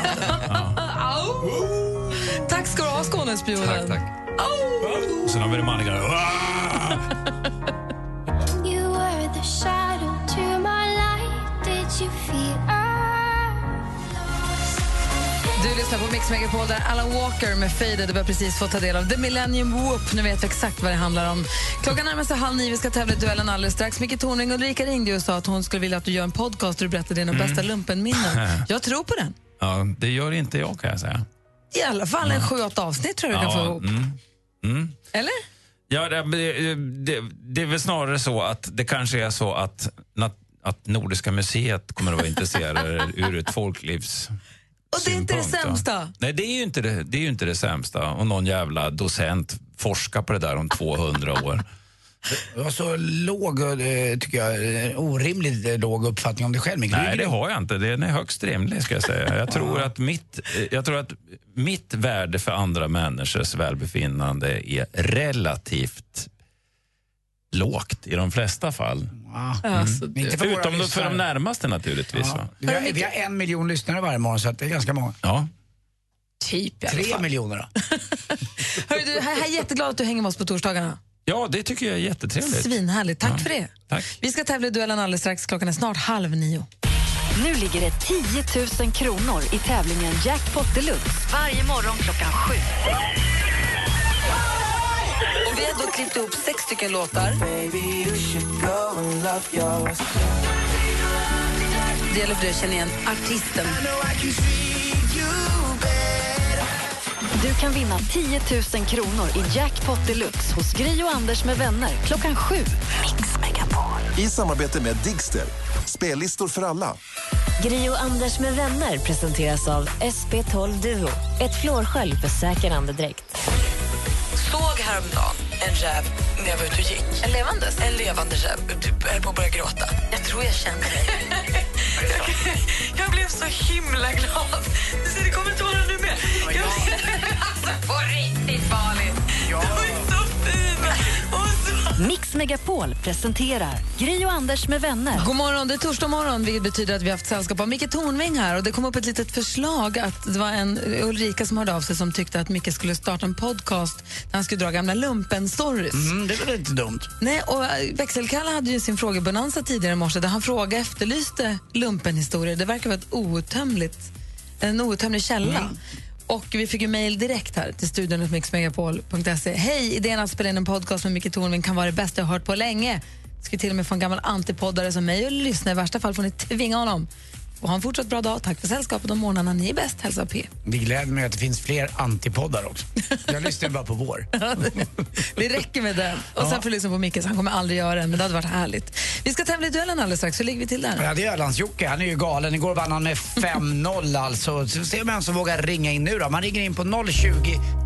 *laughs* Au! Tack ska du ha, Skånespionen. Tack, tack.
Och sen har vi det manliga.
You were the shadow to my light. Did you feel I
Du lyssnar på Mix Megapol där Alan Walker med Faded. Du har precis fått ta del av The Millennium Whoop. Nu vet vi exakt vad det handlar om. Klockan närmar sig halv nio. Vi ska tävla i duellen alldeles strax. Micke Tornving och Ulrika ringde ju och sa att hon skulle vilja att du gör en podcast där du berättar dina bästa lumpenminnen. Jag tror på den.
Ja, det gör inte jag kan jag säga.
I alla fall en sju, åtta avsnitt tror jag du kan få
Ja,
ihop.
mm, mm.
Eller?
Ja, det, det, det är väl snarare så att det kanske är så att, nat- att Nordiska museet kommer att
*laughs*
vara intresserade ur ett folklivs...
Och det är inte det
synpunkt, ja.
sämsta.
Nej, det är, ju inte det, det är ju inte det sämsta. Och någon jävla docent forskar på det där om 200 år.
Du har så låg, eh, tycker jag, eh, orimligt eh, låg uppfattning om dig själv. Micke. Du är
Nej, det
grym.
har jag inte. Den är högst rimlig, ska jag säga. Jag tror, att mitt, eh, jag tror att mitt värde för andra människors välbefinnande är relativt lågt i de flesta fall.
Mm. Inte för våra
Utom de- för
lyssnare.
de närmaste naturligtvis. Va?
Vi har, vi har en miljon lyssnare varje morgon, så att det är ganska många.
Ja.
Typ i alla
Tre
fall.
miljoner då.
Hörru, du, jag är jätteglad att du hänger med oss på torsdagarna.
ja, det tycker jag är jättetrevligt.
Svinhärligt. Tack för det.
Tack.
Vi ska tävla i duellen alldeles strax. Klockan är snart halv nio.
Nu ligger det 10 000 kronor i tävlingen Jackpot Deluxe varje morgon klockan sju.
Och vi har då klippt ihop sex stycken låtar. Det gäller för dig att känna igen artisten.
Du kan vinna 10 000 kronor i Jackpot Deluxe hos Gri och Anders med vänner klockan sju. Mix Megapol.
I samarbete med Digster. Spellistor för alla.
Gri och Anders med vänner presenteras av SP12 Duo. Ett flårskölj för säker andedräkt.
Såg häromdagen en räv när jag var ute och gick. En levandes? En levande räv. Du höll på att börja gråta. Jag tror jag känner dig. *laughs* jag blev så himla glad. Du ser, det kommer tårar nu med. Jag, *laughs* alltså, på riktigt, Malin. Ja. Du är så fin. Och så
Mix Megapol presenterar Gri och Anders med vänner.
God morgon, det är torsdag morgon vilket betyder att vi har haft sällskap av Micke Tornving här och det kom upp ett litet förslag att det var en Ulrika som hörde av sig som tyckte att Micke skulle starta en podcast där han skulle dra gamla lumpen-stories.
Mm, det är väl inte dumt?
Nej, och eh, Växelkalle hade ju sin frågebonanza tidigare i morse där han frågade efterlyste lumpenhistorier. Det verkar vara ett outtömligt, en outtömlig källa.
Mm.
Och vi fick ju mejl direkt här till studion mixmegapol.se. Hej, idén att spela in en podcast med Micke Tornving kan vara det bästa jag hört på länge. Ska till och med få en gammal antipoddare som mig och lyssna. I värsta fall får ni tvinga honom. Och ha en fortsatt bra dag. Tack för sällskapet och morgnarna. Ni är bäst. Hälsa P.
Det gläder mig att det finns fler antipoddar också. Jag lyssnar bara på vår.
Det räcker med den. Och sen får du lyssna på Micke, så han kommer aldrig göra den. Men det hade varit härligt. Vi ska tävla i duellen alldeles strax. Hur ligger vi till där?
Ja, det är Ölands-Jocke. Han är ju galen. Igår
*laughs*
vann han med 5-0 alltså. Så se vem som vågar ringa in nu då. Man ringer in på 020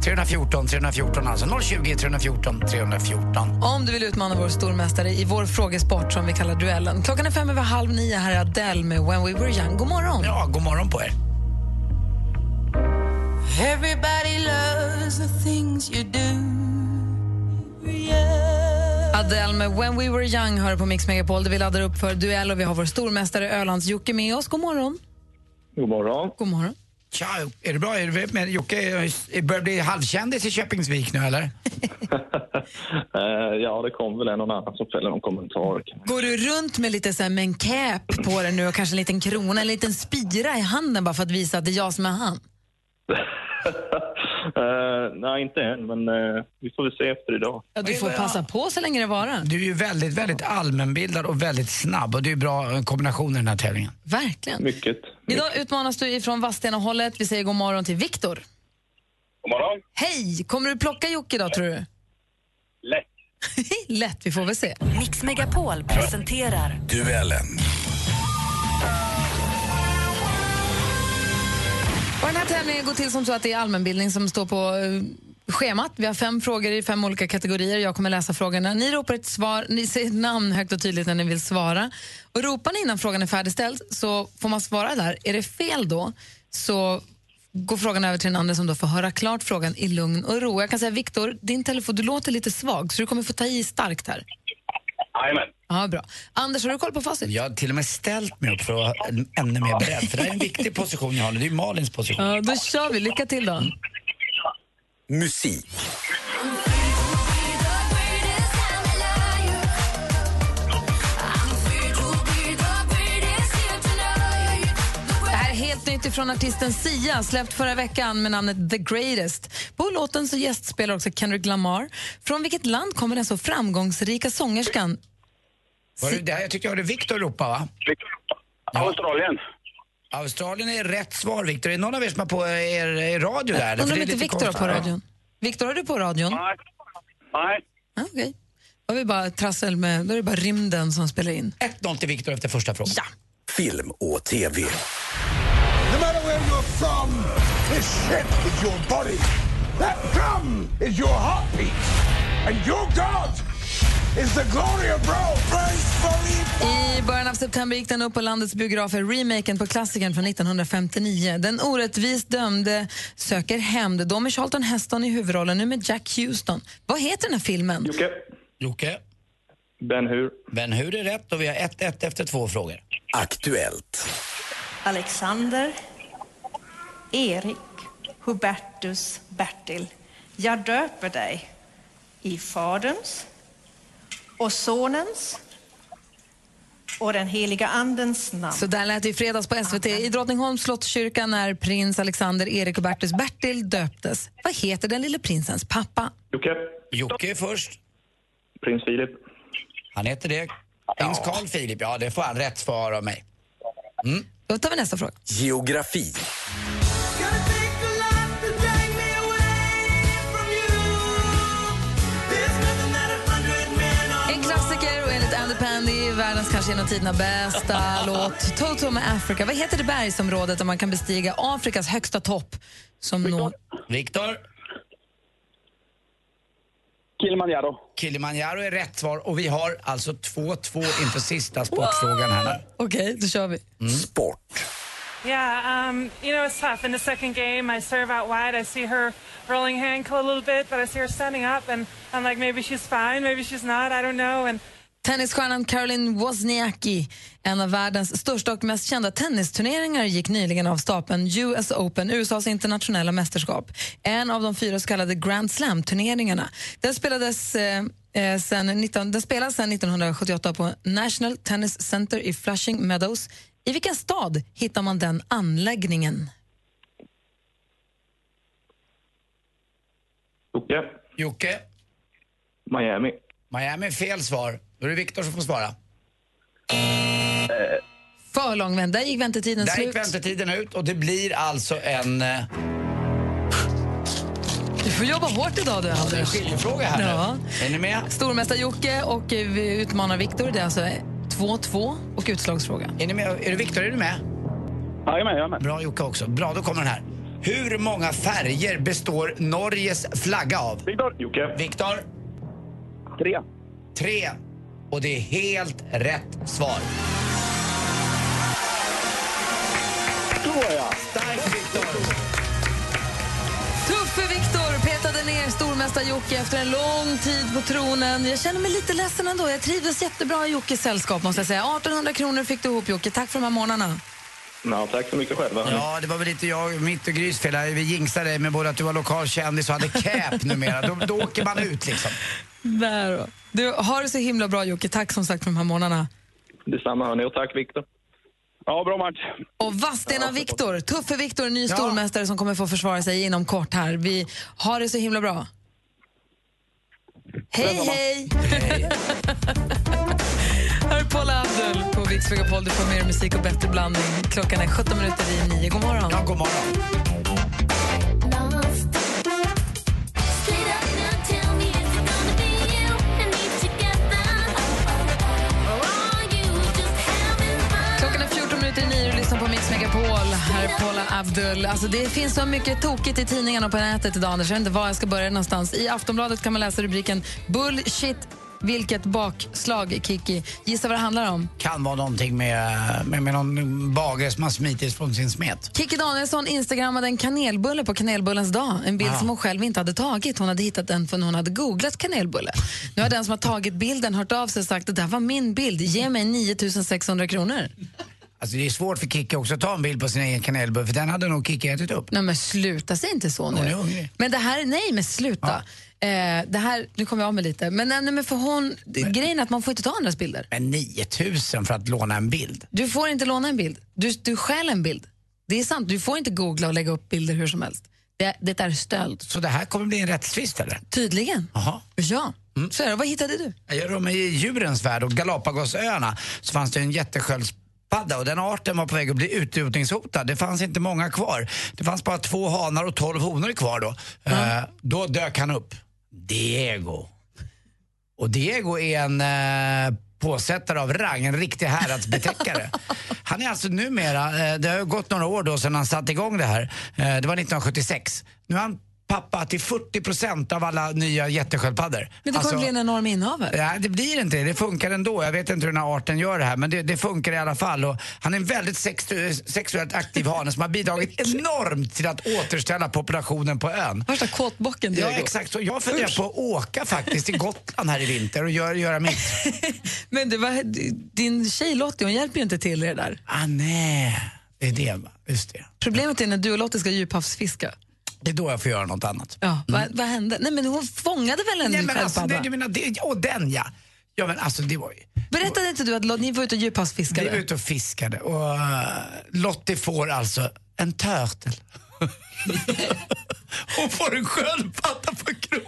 314 314 alltså. 020 314 314.
Om du vill utmana vår stormästare i vår frågesport som vi kallar duellen. Klockan är fem över halv nio. Här är Adele med When We Were Young. God morgon!
Ja, god morgon på er.
Everybody loves the things you do.
Adele med When We Were Young hör på Mix Megapol där vi laddar upp för duell och vi har vår stormästare Ölands-Jocke med oss. God morgon!
God morgon.
God morgon.
Tja, är det bra? Är det, men Jocke är- börjar bli halvkändis i Köpingsvik nu eller?
Eh, ja, det kom väl en och annan som fäller någon kommentar. *laughs*
Går du runt med lite så här med en cap på dig nu och kanske en liten krona, en liten spira i handen bara för att visa att det är jag som är han?
Eh, nej, inte än, men eh, vi får väl se efter idag.
Ja, du får passa på så länge det varar.
Du är ju väldigt, väldigt allmänbildad och väldigt snabb och det är ju bra eh, kombination i den här tävlingen.
Verkligen.
Mycket.
Idag utmanas du ifrån Vadstena-hållet. Vi säger god morgon till Viktor.
God morgon.
Hej! Kommer du plocka Jocke idag tror du?
Lätt.
*laughs* Lätt, vi får väl se.
Mix Megapol presenterar
Duellen.
Och den här tävlingen går till som så att det är allmänbildning som står på eh, schemat. Vi har fem frågor i fem olika kategorier. Jag kommer läsa frågorna. Ni ropar ett svar, ni säger ett namn högt och tydligt när ni vill svara. Och ropar ni innan frågan är färdigställd så får man svara där. Är det fel då så går frågan över till den andra som då får höra klart frågan i lugn och ro. Jag kan säga Viktor, din telefon, du låter lite svag så du kommer få ta i starkt här.
Jajamän.
Ja, bra. Anders, har du koll på facit?
Jag har till och med ställt mig upp för att vara ännu mer beredd. För det här är en viktig position jag har nu. Det är ju Malins position.
Ja, då kör vi. Lycka till då.
Musik.
Det här är helt nytt ifrån artisten Sia, släppt förra veckan med namnet The Greatest. På låten så gästspelar också Kendrick Lamar. Från vilket land kommer den så framgångsrika sångerskan?
Var det, det här, jag tyckte jag hörde Viktor ropa va?
Australien.
Australien är rätt svar Viktor. Är det någon av er som har på er, er radio där?
Undrar
För
om
det är
inte
lite
Viktor har på
konstigt.
radion? Viktor, har du på radion? Nej.
Nej.
Okej. Då har vi bara trassel med, då är det bara rymden som spelar in.
1-0 till Viktor efter första frågan.
Film och TV.
No matter where you're from, this ship is your body. That drum is your heartbeat. And your God is the glory of Rome. Praise for
I början av september gick den upp på landets biografer, remaken på klassikern från 1959. Den orättvist dömde söker hämnd, då med Charlton Heston i huvudrollen, nu med Jack Houston. Vad heter den här filmen?
Jocke.
Jocke.
Ben Hur.
Ben Hur är rätt och vi har 1-1 efter två frågor.
Aktuellt.
Alexander, Erik, Hubertus, Bertil. Jag döper dig i Faderns och Sonens och den heliga Andens namn.
Så där lät det i fredags på SVT. I Drottningholms slottskyrka när prins Alexander Erik och Bertus Bertil döptes. Vad heter den lille prinsens pappa?
Jocke.
Jocke är först.
Prins Filip.
Han heter det. Prins Carl Philip. Ja, det får han rätt svar av mig. Mm.
Då tar vi nästa fråga.
Geografi.
En klassiker och enligt Andy Pandy världens kanske genom
*laughs*
tiderna bästa låt. Toto med Africa. Vad heter det bergsområdet där man kan bestiga Afrikas högsta topp? Som når...
Viktor. Kilimanjaro. Kilimanjaro är rätt svar och vi har alltså 2-2 inför sista sportfrågan här nu.
Okej, då kör vi.
Mm. Sport.
Yeah, um, you know, it's tough. In the second game, I serve out wide. I see her rolling her ankle a little bit, but I see her standing up, and I'm like, maybe she's fine, maybe she's not, I don't know. And
Tennisstjärnan Caroline Wozniacki, en av världens största och mest kända tennisturneringar, gick nyligen av stapeln US Open, USAs internationella mästerskap. En av de fyra så kallade Grand Slam-turneringarna. Den spelades eh, eh, sen 19, den spelas sedan 1978 på National Tennis Center i Flushing Meadows. I vilken stad hittar man den anläggningen?
Jocke,
Jocke,
Miami.
Miami är fel svar. Då är det Viktor som får svara.
Eh,
För lång vända. Där gick väntetiden
Där
slut.
gick väntetiden ut och det blir alltså en... eh,
Du får jobba hårt idag du,
Det är en
Anders.
skiljefråga här
Ja.
nu. Är ni med?
Stormästare Jocke och eh, vi utmanar Viktor. Det är alltså 2-2 och utslagsfråga.
Är, ni med? är du Viktor, är du med? Ja, jag är med, jag är med. Bra Jocke också. Bra, då kommer den här. Hur många färger består Norges flagga av? Viktor. Jocke. Viktor. Tre. Tre. Och det är helt rätt svar.
Såja!
Starkt Viktor!
Tuffe Viktor petade ner stormästare Jocke efter en lång tid på tronen. Jag känner mig lite ledsen ändå. Jag trivdes jättebra i Jockes sällskap måste jag säga. 1800 kronor fick du ihop Jocke. Tack för de här morgnarna.
Ja, tack så mycket själva.
Ja, det var väl lite jag, mitt och Grys fel. här. Vi jinxade dig med både att du var lokal kändis och hade cap numera. Då, då åker man ut liksom.
Där då. Du, har det så himla bra Jocke. Tack som sagt för de här morgnarna.
Detsamma hörni och tack Viktor. Ja, bra match.
Och Vadstena Viktor, Tuffe Viktor, ny stormästare som kommer få försvara sig inom kort här. Vi har det så himla bra. Hej, hej! Här är Paul Abdul på Mix Megapol. Du får mer musik och bättre blandning. Klockan är 17 minuter i nio. God morgon. Ja,
god morgon.
Klockan är 14 minuter i nio och lyssnar på Mix Megapol. Här är Paula Abdul. Alltså, det finns så mycket tokigt i tidningarna och på nätet idag, Anders. Jag vet inte var jag ska börja någonstans. I Aftonbladet kan man läsa rubriken Bullshit, vilket bakslag, Kiki. Gissa vad det handlar om?
Kan vara någonting med, med, med någon bagare som har smitit från sin smet.
Kikki Danielsson instagrammade en kanelbulle på kanelbullens dag. En bild
Aha.
som hon själv inte hade tagit. Hon hade hittat den för hon hade googlat kanelbulle. Nu har den som har tagit bilden hört av sig och sagt att det här var min bild. Ge mig 9600 kronor.
Alltså det är svårt för Kikki också att ta en bild på sin egen kanelbulle för den hade nog Kikki ätit upp.
Nej men sluta, säg inte så
Hon är
nu.
hungrig.
Men det här, nej men sluta. Eh, det här, nu kommer jag av mig lite. Men, nej, men för hon, grejen är att man får inte ta andras bilder.
Men 9000 för att låna en bild.
Du får inte låna en bild. Du, du stjäl en bild. Det är sant, du får inte googla och lägga upp bilder hur som helst. Det, det är stöld.
Så det här kommer bli en rättstvist eller?
Tydligen.
Jaha. Mm.
Ja, så är det. Vad hittade du?
Jag rör mig I djurens värld och Galapagosöarna så fanns det en jättesköldpadda och den arten var på väg att bli utrotningshotad. Det fanns inte många kvar. Det fanns bara två hanar och tolv honor kvar då. Eh, då dök han upp. Diego. Och Diego är en eh, påsättare av rang, en
*laughs*
riktig häradsbetäckare. Han är alltså numera, eh, det har ju gått några år då sedan han satte igång det här, eh, det var 1976. Nu är han pappa till 40% av alla nya jättesköldpaddor.
Men det kommer
Alltså-
bli en enorm innehavare.
Nej, det blir inte det. Det funkar ändå. Jag vet inte hur den här arten gör det här, men det, det funkar i alla fall. Och han är en väldigt sexu- sexuellt aktiv hane som
*laughs*
har bidragit enormt till att återställa populationen på ön.
Värsta kåtbocken
Ja,
Diego.
exakt. Så jag funderar på att åka faktiskt till Gotland här i vinter och gör, göra mitt.
*laughs* Men det var, din tjej Lottie, hon hjälper ju inte till i det där.
Ah, nej. Det är det, va? Just det.
Problemet är när du och Lottie ska djuphavsfiska.
Det är då jag får göra något annat.
Ja, vad, vad hände? Nej, men hon fångade väl en
Mm. Nej, men alltså,
sköldpadda?
det, du menar, det, och den ja. Ja, men alltså det var ju...
Berättade inte du att Lottie, ni var ute och
Vi var
djuphavsfiskade?
ute och fiskade och eh, Lottie får alltså en turtle. *laughs* Hon får en sköldpadda på kroken.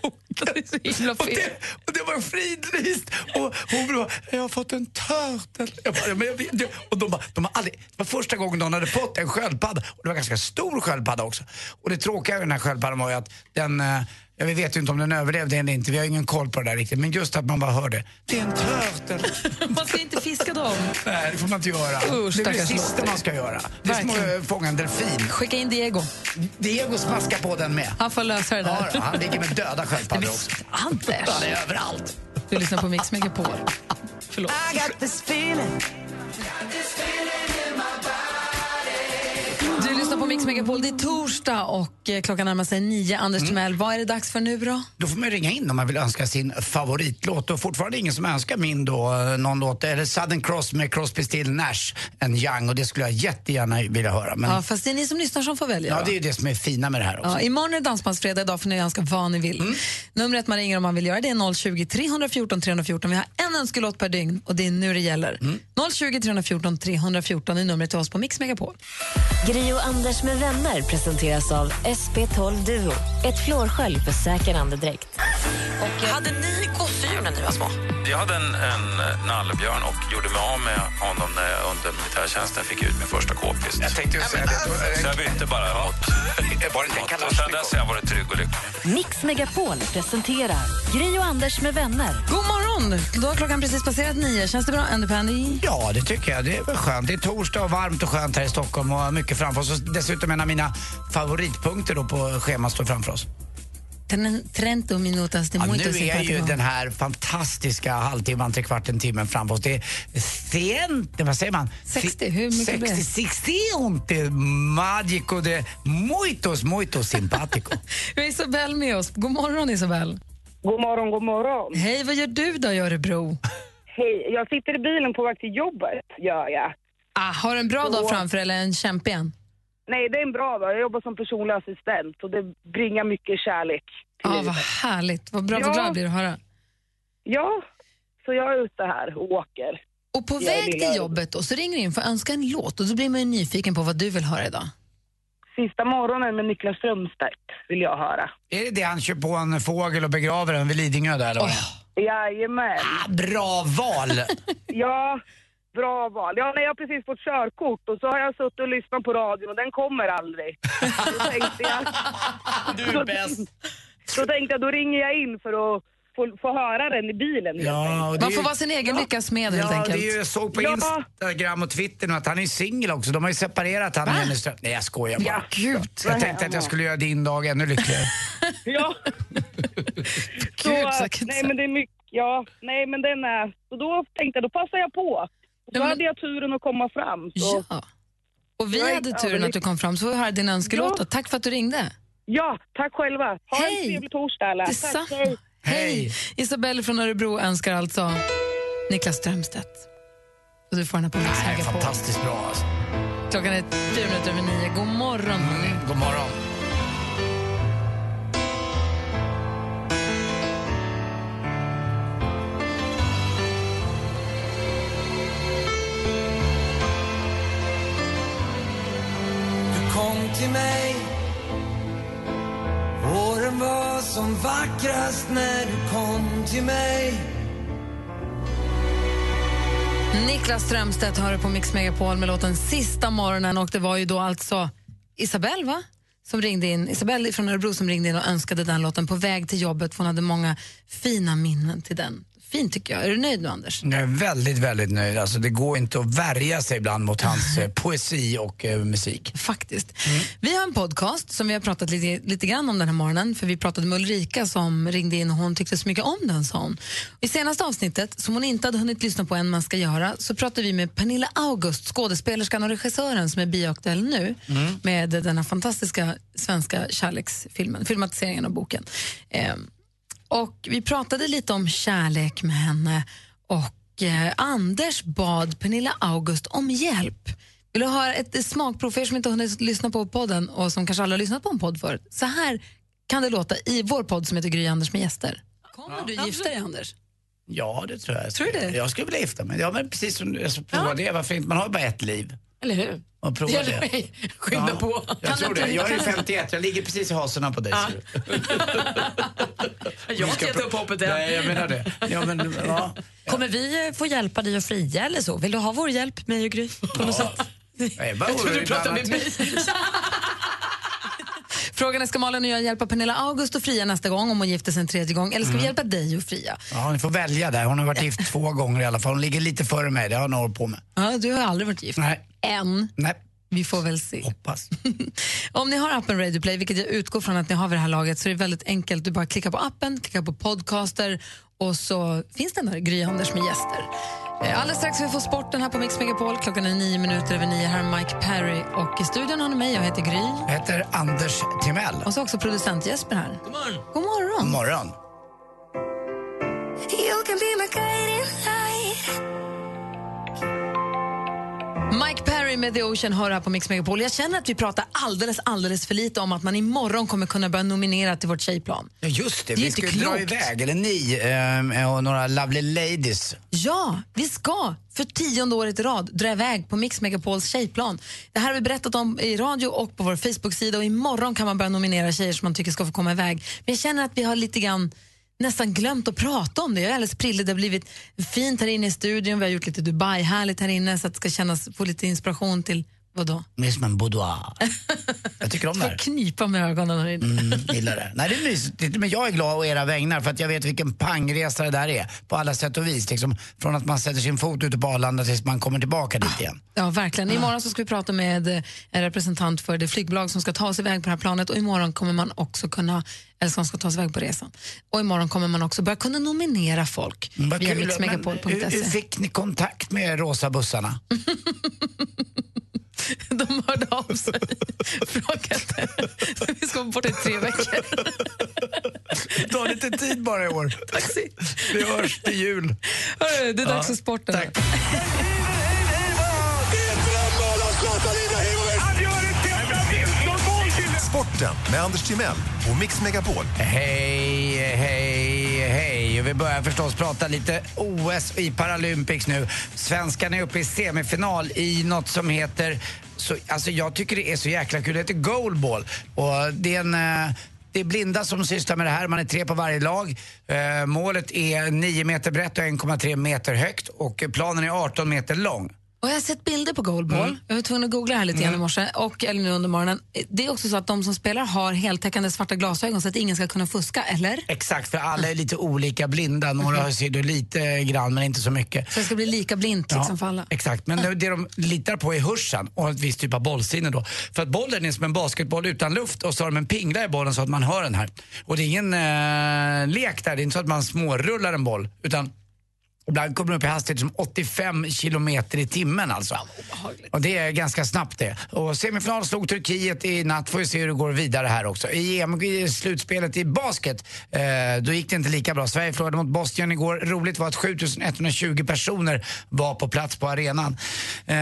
och, det, och det var fridlyst. Och hon bara, jag har fått en turtle. Jag bara, men jag, vet inte." och de bara, de har aldrig, det var första gången någon hade fått en sköldpadda. Och det var en ganska stor sköldpadda också. Och det tråkiga med den här sköldpaddan var ju att den, eh, ja, vi vet ju inte om den överlevde eller inte. Vi har ingen koll på det där riktigt. Men just att man bara hörde, det är en turtle.
*laughs* Man ska inte fiska dem.
Nej, det får man inte göra.
Usch,
det är det
stackars
sista
Lotte.
man ska göra. Det är som
Verkligen.
att fånga en delfin.
Skicka in Diego.
Diego smaskar på den med.
Han får lösa det
Ja,
där.
då, han ligger med döda sköldpaddor också.
Anders!
Han är överallt.
Du lyssnar på Mix Megapol. Förlåt.
I got this feeling.
Du lyssnar på Mix Megapol. Det är torsdag och eh, klockan närmar sig nio.
Mm.
Anders Timell, vad är det dags för nu då?
Då får man ringa in om man vill önska sin favoritlåt. Och fortfarande ingen som önskar min då, eh, någon låt. Eller Southern Cross med Crosby, Still, Nash and Young. Och det skulle jag jättegärna vilja höra. Men
Ja, fast det är ni som lyssnar som får välja.
ja,
va?
det är ju det som är fina med det här också.
Ja, imorgon är det dansbandsfredag, idag får ni önska vad ni
Mm.
vill. Numret man ringer om man vill göra det är 020 314 314. Vi har en önskelåt per dygn och det är nu det gäller.
Mm.
020 314 314 är numret till oss på Mix Megapol.
Gri och Anders med vänner presenteras av SP12 Duo. Ett flårskölj för säker andedräkt.
eh, Hade ni gosedjur när ni var små?
Jag hade en, en eh, nallebjörn och gjorde mig av med honom när jag under militärtjänsten fick ut min första k-pist. Jag
tänkte
säga det. alltså, Så jag bytte bara mot... Var *laughs* det inte Och sen dess har jag varit trygg och lycklig.
Mix Megapol presenterar Gri och Anders med vänner.
God morgon! Då har klockan precis passerat nio. Känns det bra, Andy Pandy?
Ja, det tycker jag. Det är väl skönt. Det är torsdag och varmt och skönt här i Stockholm och mycket framför oss. Och dessutom en av mina favoritpunkter då på schemat står framför oss.
Tren- Trento minutas de
Ja,
muertos
nu
y
är ju
cuatro.
den här fantastiska halvtimman, tre kvarten, timmen framför oss. Det är sent, vad säger man?
60, hur mycket
60,
blir det?
60 onte magico de muitos, muitos
*laughs*
simpatico.
Vi har Isabel med oss. God morgon, Isabel.
God morgon, god morgon.
Hej, vad gör du då i Örebro?
Hej, jag sitter i bilen på väg till jobbet, gör jag.
Ah, har du en bra dag framför eller en kämpig en?
Nej, det är en bra dag. Jag jobbar som personlig assistent och det bringar mycket kärlek.
ah, vad härligt. Vad bra,
Ja.
vad glad jag blir att höra.
Ja, så jag är ute här och åker.
Och på
Jag
väg
gillar
till
det.
jobbet och så ringer du in för att önska en låt och då blir man ju nyfiken på vad du vill höra idag.
Sista morgonen med Niklas Strömstedt vill jag höra.
Är det det han kör på en fågel och begraver den vid Lidingö där eller? vad det är?
Jajamän.
Ah, bra val!
Ja, bra val. Ja, nej, jag har precis fått körkort och så har jag suttit och lyssnat på radion och den kommer aldrig. Då tänkte jag... Du är bäst. Då tänkte jag, då ringer jag in för att få, få höra den i bilen.
*laughs* Ja, och det är
Man
ju-
får vara sin egen lyckas med helt
ja,
enkelt.
det är ju, jag såg på
Ja.
Instagram och Twitter nu att han är singel också. De har ju separerat han och Jenny Ström. Nej, jag skojar bara.
Ja, gud.
Jag tänkte att jag skulle göra din dag ännu lyckligare.
*laughs*
*laughs*
Ja.
Gud, så
så, nej, men det är mycket. Ja, nej, men den är... Så då tänkte jag, då passar jag på. Då hade jag turen att komma fram. Så.
Ja. Och vi
Jag är
hade turen att du
överlycklig.
kom fram så vi hör din önskelåt då. Tack för att du ringde.
Ja, tack själva. Ha en trevlig torsdag alla. Tack,
Detsamma.
hej.
Hej! Isabelle från Örebro önskar alltså Niklas Strömstedt. Och du får den här på Mix
Det här är
Megapol.
fantastiskt bra alltså.
Klockan är fyra minuter över nio. God morgon, hörni.
God morgon.
Du kom till mig Våren var som vackrast när du kom till mig
Niklas Strömstedt hör på Mix Megapol med låten Sista morgonen och det var ju då alltså Isabelle va? Som ringde in, Isabelle från Örebro som ringde in och önskade den låten på väg till jobbet för hon hade många fina minnen till den. Fint tycker jag. Är du nöjd nu Anders?
Jag är väldigt, väldigt nöjd. Alltså, det går inte att värja sig ibland mot hans eh, poesi och eh, musik.
Faktiskt. Vi har en podcast som vi har pratat lite, lite grann om den här morgonen för vi pratade med Ulrika som ringde in och hon tyckte så mycket om den sa hon. I senaste avsnittet, som hon inte hade hunnit lyssna på än man ska göra, så pratade vi med Pernilla August, skådespelerskan och regissören som är bioaktuell nu
Mm.
med den här fantastiska svenska kärleksfilmen, filmatiseringen av boken. Ehm, och vi pratade lite om kärlek med henne och eh, Anders bad Pernilla August om hjälp. Vill du höra ett smakprov för er som inte har hunnit lyssna på podden och som kanske aldrig har lyssnat på en podd förut? Så här kan det låta i vår podd som heter Gry Anders med gäster. Kommer du gifta dig Anders?
Ja, det tror jag.
Tror du det?
Jag skulle vilja gifta mig. Ja, men precis som du alltså, prova det. Varför inte? Man har ju bara ett liv.
Eller hur?
Och prova
Hjälp
det.
mig. Skynda
Ja,
på.
Jag tror det. Jag är ju 51. Jag ligger precis i hasorna på dig.
Ja.
ser du.
Jag har inte gett upp hoppet än.
Nej, jag menar det. Ja, men, ja.
Kommer vi eh, få hjälpa dig att fria eller så? Vill du ha vår hjälp, mig och Gry?
*laughs*
På något sätt?
Jag, är bara orolig ibland att-
Frågan är, ska Malin och jag hjälpa Pernilla August att fria nästa gång om hon gifter sig en tredje gång? Eller ska vi
Mm.
hjälpa dig att fria?
Ja, ni får välja där. Hon har varit gift två gånger i alla fall. Hon ligger lite före mig, det har jag några år på mig.
Ja, du har aldrig varit gift.
Nej.
Än.
Nej.
Vi får väl se.
Hoppas.
*laughs* Om ni har appen Radio Play, vilket jag utgår från att ni har vid det här laget, så är det väldigt enkelt. Du bara klickar på appen, klickar på podcaster och så finns den där, Gry Anders med gäster. Eh, Alldeles strax ska vi få sporten här på Mix Megapol. Klockan är nio minuter över nio. Här är Mike Perry och i studion har ni mig. Jag heter Gry.
Jag heter Anders Timell.
Och så också producent Jesper här. God morgon. God morgon. God
morgon.
You can be my guiding light.
Mike Perry med The Ocean hör här på Mix Megapol. Jag känner att vi pratar alldeles, alldeles för lite om att man imorgon kommer kunna börja nominera till vårt tjejplan.
Ja, just det.
Det är
vi
inte
ska ju dra
klokt.
iväg, eller ni ehm, och några lovely ladies.
Ja, vi ska för tionde året i rad dra iväg på Mix Megapols tjejplan. Det här har vi berättat om i radio och på vår Facebook-sida och imorgon kan man börja nominera tjejer som man tycker ska få komma iväg. Men jag känner att vi har lite grann nästan glömt att prata om det. Jag är alldeles prillig. Det har blivit fint här inne i studion. Vi har gjort lite Dubai-härligt här inne så att det ska kännas, få lite inspiration till vadå?
Det är som
*laughs*
en boudoir. Jag tycker om det här.
Knipa med ögonen här inne.
Mm, gillar det. Nej, det är mysigt. Men jag är glad å era vägnar för att jag vet vilken pangresa det där är på alla sätt och vis. Liksom, från att man sätter sin fot ute på Arlanda tills man kommer tillbaka
Ah.
dit igen.
Ja, verkligen. Imorgon så ska vi prata med eh, en representant för det flygbolag som ska ta sig iväg på det här planet och imorgon kommer man också kunna, eller som ska ta sig iväg på resan. Och imorgon kommer man också börja kunna nominera folk
Mm, vad
via
kul. Men hur, hur
mixmegapol.se.
fick ni kontakt med rosa bussarna?
De hörde av sig. Frågade. Vi ska vara borta i tre veckor.
Ta lite tid bara i år.
Taxi.
Vi hörs till jul.
Hörru, det är dags
Ja,
för sporten.
Sporten med Anders Timell och Mix Megapol.
Hej, hej, hej. Och Vi börjar förstås prata lite OS i Paralympics nu. Svenskarna är uppe i semifinal i något som heter... Så, alltså jag tycker det är så jäkla kul. Det heter goalball. Och det är en... eh, Det är blinda som sysslar med det här. Man är tre på varje lag. Eh, målet är 9 meter brett och 1,3 meter högt. Och eh, planen är 18 meter lång.
Och jag har sett bilder på goalball.
Mm.
Jag var tvungen att googla här lite grann i morse, och, eller nu under morgonen. Det är också så att de som spelar har heltäckande svarta glasögon så att ingen ska kunna fuska, eller?
Exakt, för alla är lite olika blinda. Några ser du lite grann, men inte så mycket.
Så det ska bli lika blint liksom, för alla.
Exakt, men det, det de litar på är hörseln och ett visst typ av bollsinne då. För att bollen är som en basketboll utan luft och så har de en pingla i bollen så att man hör den här. Och det är ingen eh, lek där, det är inte så att man smårullar en boll utan ibland kommer den upp i hastighet som 85 kilometer i timmen alltså. Och det är ganska snabbt det. Och semifinal slog Turkiet i natt, får vi se hur det går vidare här också. I EM-slutspelet i basket, eh, då gick det inte lika bra. Sverige förlorade mot Bosnien igår. Roligt var att 7120 personer var på plats på arenan. Eh,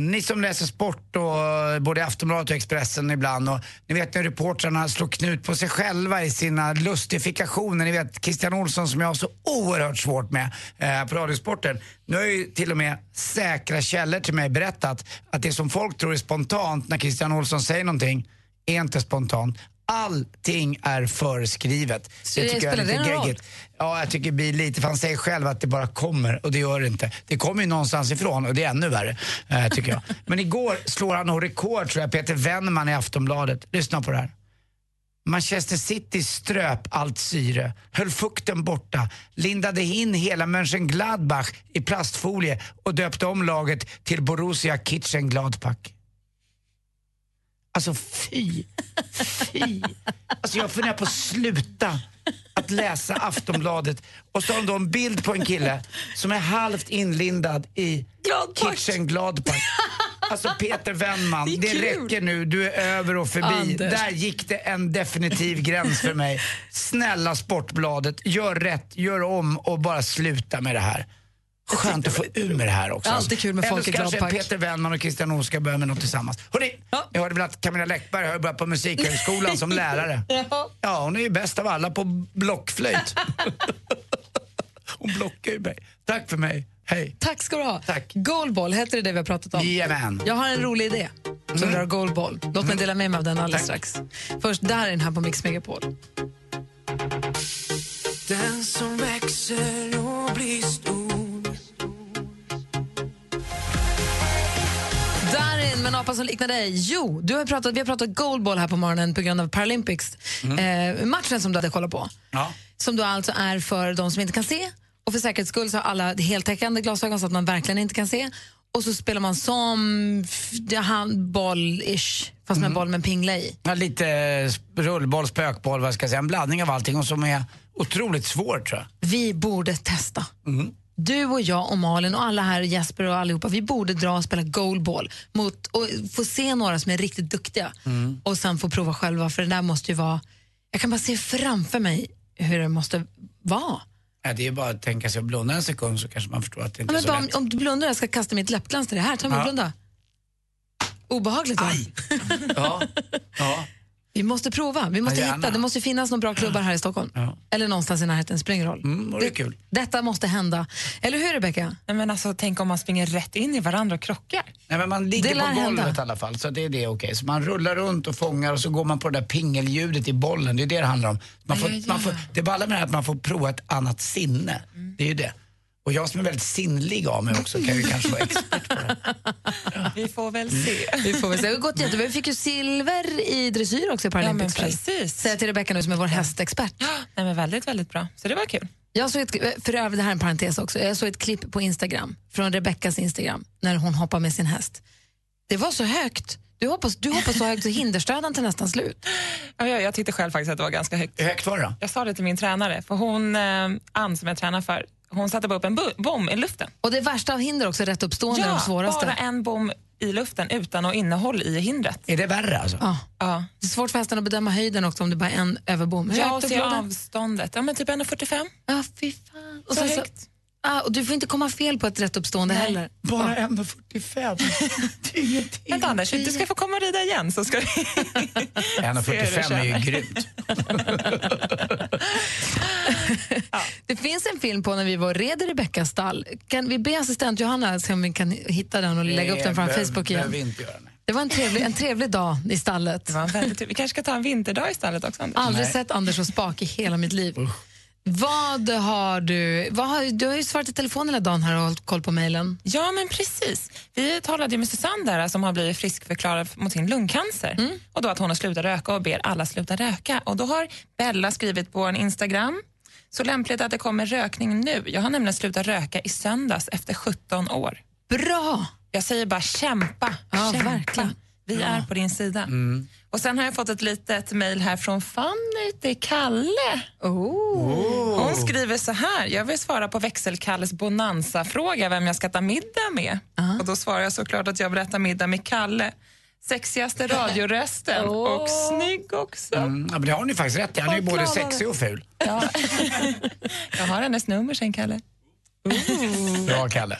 ni som läser sport, och, både i Aftonbladet och Expressen ibland, och ni vet när reportrarna slår knut på sig själva i sina lustifikationer. Ni vet Christian Olsson som jag har så oerhört svårt med eh, på Radiosporten. Nu har ju till och med säkra källor till mig berättat att det som folk tror är spontant när Christian Olsson säger någonting är inte spontant. Allting är förskrivet.
det spelar det någon roll?
Ja, jag tycker det blir lite, för han säger själv att det bara kommer och det gör det inte. Det kommer ju någonstans ifrån och det är ännu värre, eh, tycker jag. Men igår slår han nog rekord tror jag, Peter Wennman i Aftonbladet. Lyssna på det här. Manchester City ströp allt syre, höll fukten borta, lindade in hela Mönchengladbach i plastfolie och döpte om laget till Borussia Kitchen-Gladbach. Alltså fy, fy. Alltså jag funderar på att sluta att läsa Aftonbladet och så har de då en bild på en kille som är halvt inlindad i Kitchen Gladbach. Alltså Peter Wennman, det, räcker nu, du är över och förbi.
Anders.
Där gick det en definitiv gräns för mig. Snälla Sportbladet, gör rätt, gör om och bara sluta med det här. Skönt att få ur med det här också.
Det är alltid kul med
Eller
folk
så
i
kanske
Gladbach.
Peter Wennman och Christian Olsson ska börja med något tillsammans. Hörrni, jag hörde väl att Camilla Läckberg har ju börjat på Musikhögskolan
*laughs*
som lärare. Ja, hon är ju bäst av alla på blockflöjt. hon blockar ju mig. Tack för mig. Hej.
Tack ska du ha. Tack. Goalball heter det, det vi har pratat om.
Jajamän.
Jag har en rolig idé som rör goalball. Låt mig dela med mig av den alldeles strax. Först där är den här på Mix Megapol.
Den som växer och blir stor
Darin med apa som liknar dig? Jo, du har pratat, vi har pratat goalball här på morgonen på grund av Paralympics. Eh, matchen som du hade kollat på.
Ja.
Som då alltså är för de som inte kan se. Och för säkerhets skull så har alla heltäckande glasögon så att man verkligen inte kan se. Och så spelar man som f- handboll-ish, fast med en boll med en pingla i.
Ja, lite eh, rullboll, spökboll, vad ska jag säga, en blandning av allting och som är otroligt svår tror jag.
Vi borde testa. Du och jag och Malin och alla här, Jesper och allihopa, vi borde dra och spela goalball mot, och få se några som är riktigt duktiga och sen få prova själva för det där måste ju vara, jag kan bara se framför mig hur det måste vara.
Ja, det är ju bara att tänka sig att blunda en sekund så kanske man förstår att det
Ja,
inte är
men
så
bara, om,
lätt.
om du blundar, jag ska kasta mitt läppglans till det här, ta mig
Ja.
blunda. Obehagligt va?
Ja, ja.
Vi måste prova, vi måste
Ja, gärna.
hitta, det måste ju finnas några bra klubbar här i Stockholm. Eller någonstans i närheten, det spelar ingen roll.
Mm, och det är kul.
Detta måste hända. Eller hur Rebecca?
Nej, men alltså, tänk om man springer rätt in i varandra och krockar.
Nej, men man ligger
Det
på
lär
golvet
hända.
i alla fall, så det är det okej. Så man rullar runt och fångar och så går man på det där pingelljudet i bollen, det är det det handlar om. Man
Ja,
får,
ja, ja.
Man får, det balla med det här att man får prova ett annat sinne,
Mm.
det är ju det. Och jag som är väldigt sinnlig av mig också kan ju kanske vara expert.
Vi får väl se. *laughs*
Vi får väl se. Det har gått jättebra. Vi fick ju silver i dressyr också i Paralympics.
Ja, men precis.
Säg till Rebecca nu som är vår hästexpert.
Nej, men väldigt, väldigt bra. Så det var kul.
Jag såg ett, för övrigt, det här är en parentes också. Jag såg ett klipp på Instagram, från Rebeckas Instagram, när hon hoppar med sin häst. Det var så högt. Du hoppas, du hoppas så högt så hinderstödan till nästan slut.
Ja, jag, jag tyckte själv faktiskt att det var ganska högt.
Hur högt var det då?
Jag sa det till min tränare, för hon, eh, Ann som jag tränar för, hon satte bara upp en bo- bom i luften.
Och det värsta av hinder också, rätt uppstående är de svåraste.
bara en bom i luften utan något innehåll i hindret.
Är det värre alltså?
Ja.
Ja.
Det är svårt för hästen att bedöma höjden också om det bara är en överbom. Hur
Ja, och
högt upp
se
låg den?
avståndet. Ja, men typ 1,45.
Ja, fy fan. Och
så
sen så-
högt.
Ah, och du får inte komma fel på ett rätt uppstående heller.
Bara
*laughs*
1,45. Det är ingenting.
Vänta Anders, du ska få komma och rida igen så ska vi...
1,45 är ju grymt.
Det finns en film på när vi var och red i Rebeckas stall. Kan vi be assistent Johanna se om vi kan hitta den och lägga upp den på vår Facebook
behöver vi
igen?
inte göra. nej.
Det var en trevlig, en trevlig dag i stallet.
Det var väldigt, vi kanske ska ta en vinterdag i stallet också Anders.
Aldrig sett Anders så spak i hela mitt liv. Vad har du, vad har, du har ju svarat i telefon hela dagen här och hållit koll på mejlen.
Ja, men precis. Vi talade ju med Susanne där som har blivit friskförklarad mot sin lungcancer
Mm.
och då att hon har slutat röka och ber alla sluta röka. Och då har Bella skrivit på en Instagram så lämpligt att det kommer rökning nu. Jag har nämligen slutat röka i söndags efter 17 år.
Bra!
Jag säger bara kämpa,
Ja,
kämpa.
verkligen.
Vi är på din sida. Och sen har jag fått ett litet mejl här från Fanny till Kalle.
Oh.
Hon skriver så här, jag vill svara på växelkalles bonanza-fråga vem jag ska ta middag med. Och då svarar jag såklart att jag vill äta middag med Kalle. Sexigaste radiorösten och *laughs* snygg också.
Mm, ja, men det har ni faktiskt rätt i. Han är ju både sexig och ful.
Ja. jag har hennes nummer sen Kalle.
Bra, Kalle.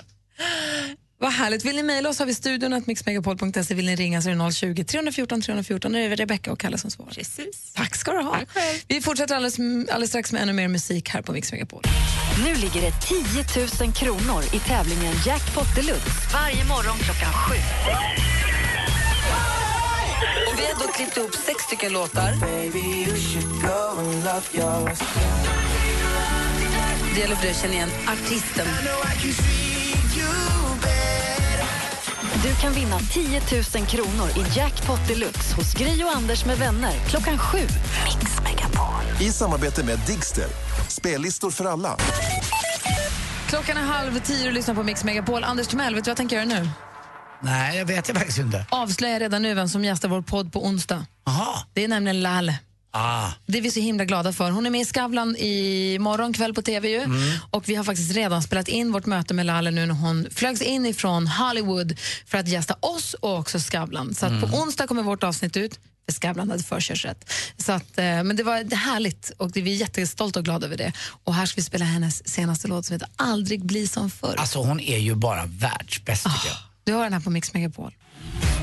Vad härligt. Vill ni mejla oss har vi studion att mixmegapol.se. Vill ni ringa så är det 020 314 314. Nu är det Rebecca och Kalle som svarar.
Precis.
Tack ska du ha. Vi fortsätter alldeles, alldeles strax med ännu mer musik här på Mix Megapol.
Nu ligger det 10 000 kronor i tävlingen Jackpot Deluxe varje morgon klockan sju.
Och vi har då klippt ihop sex stycken låtar.
Det gäller för dig att känna igen artisten.
Du kan vinna 10 000 kronor i Jackpot Deluxe hos Gri och Anders med vänner klockan sju. Mix Megapol.
I samarbete med Digster. Spellistor för alla.
Klockan är halv tio och lyssnar på Mix Megapol. Anders Timell, vet du vad jag tänker göra nu?
Nej, jag vet jag faktiskt inte.
Avslöja redan nu vem som gästar vår podd på onsdag.
Aha.
Det är nämligen Lalle.
Ah.
Det är vi så himla glada för. Hon är med i Skavlan i morgon kväll på TV ju. Och vi har faktiskt redan spelat in vårt möte med Lalle nu när hon flögs in ifrån Hollywood för att gästa oss och också Skavlan. Så att på onsdag kommer vårt avsnitt ut, för Skavlan hade förkörsrätt. Så att, eh, men det var härligt och det- vi är jättestolta och glada över det. Och här ska vi spela hennes senaste låt som heter Aldrig bli som förr.
Alltså hon är ju bara världsbäst tycker jag.
Du har den här på Mix Megapol.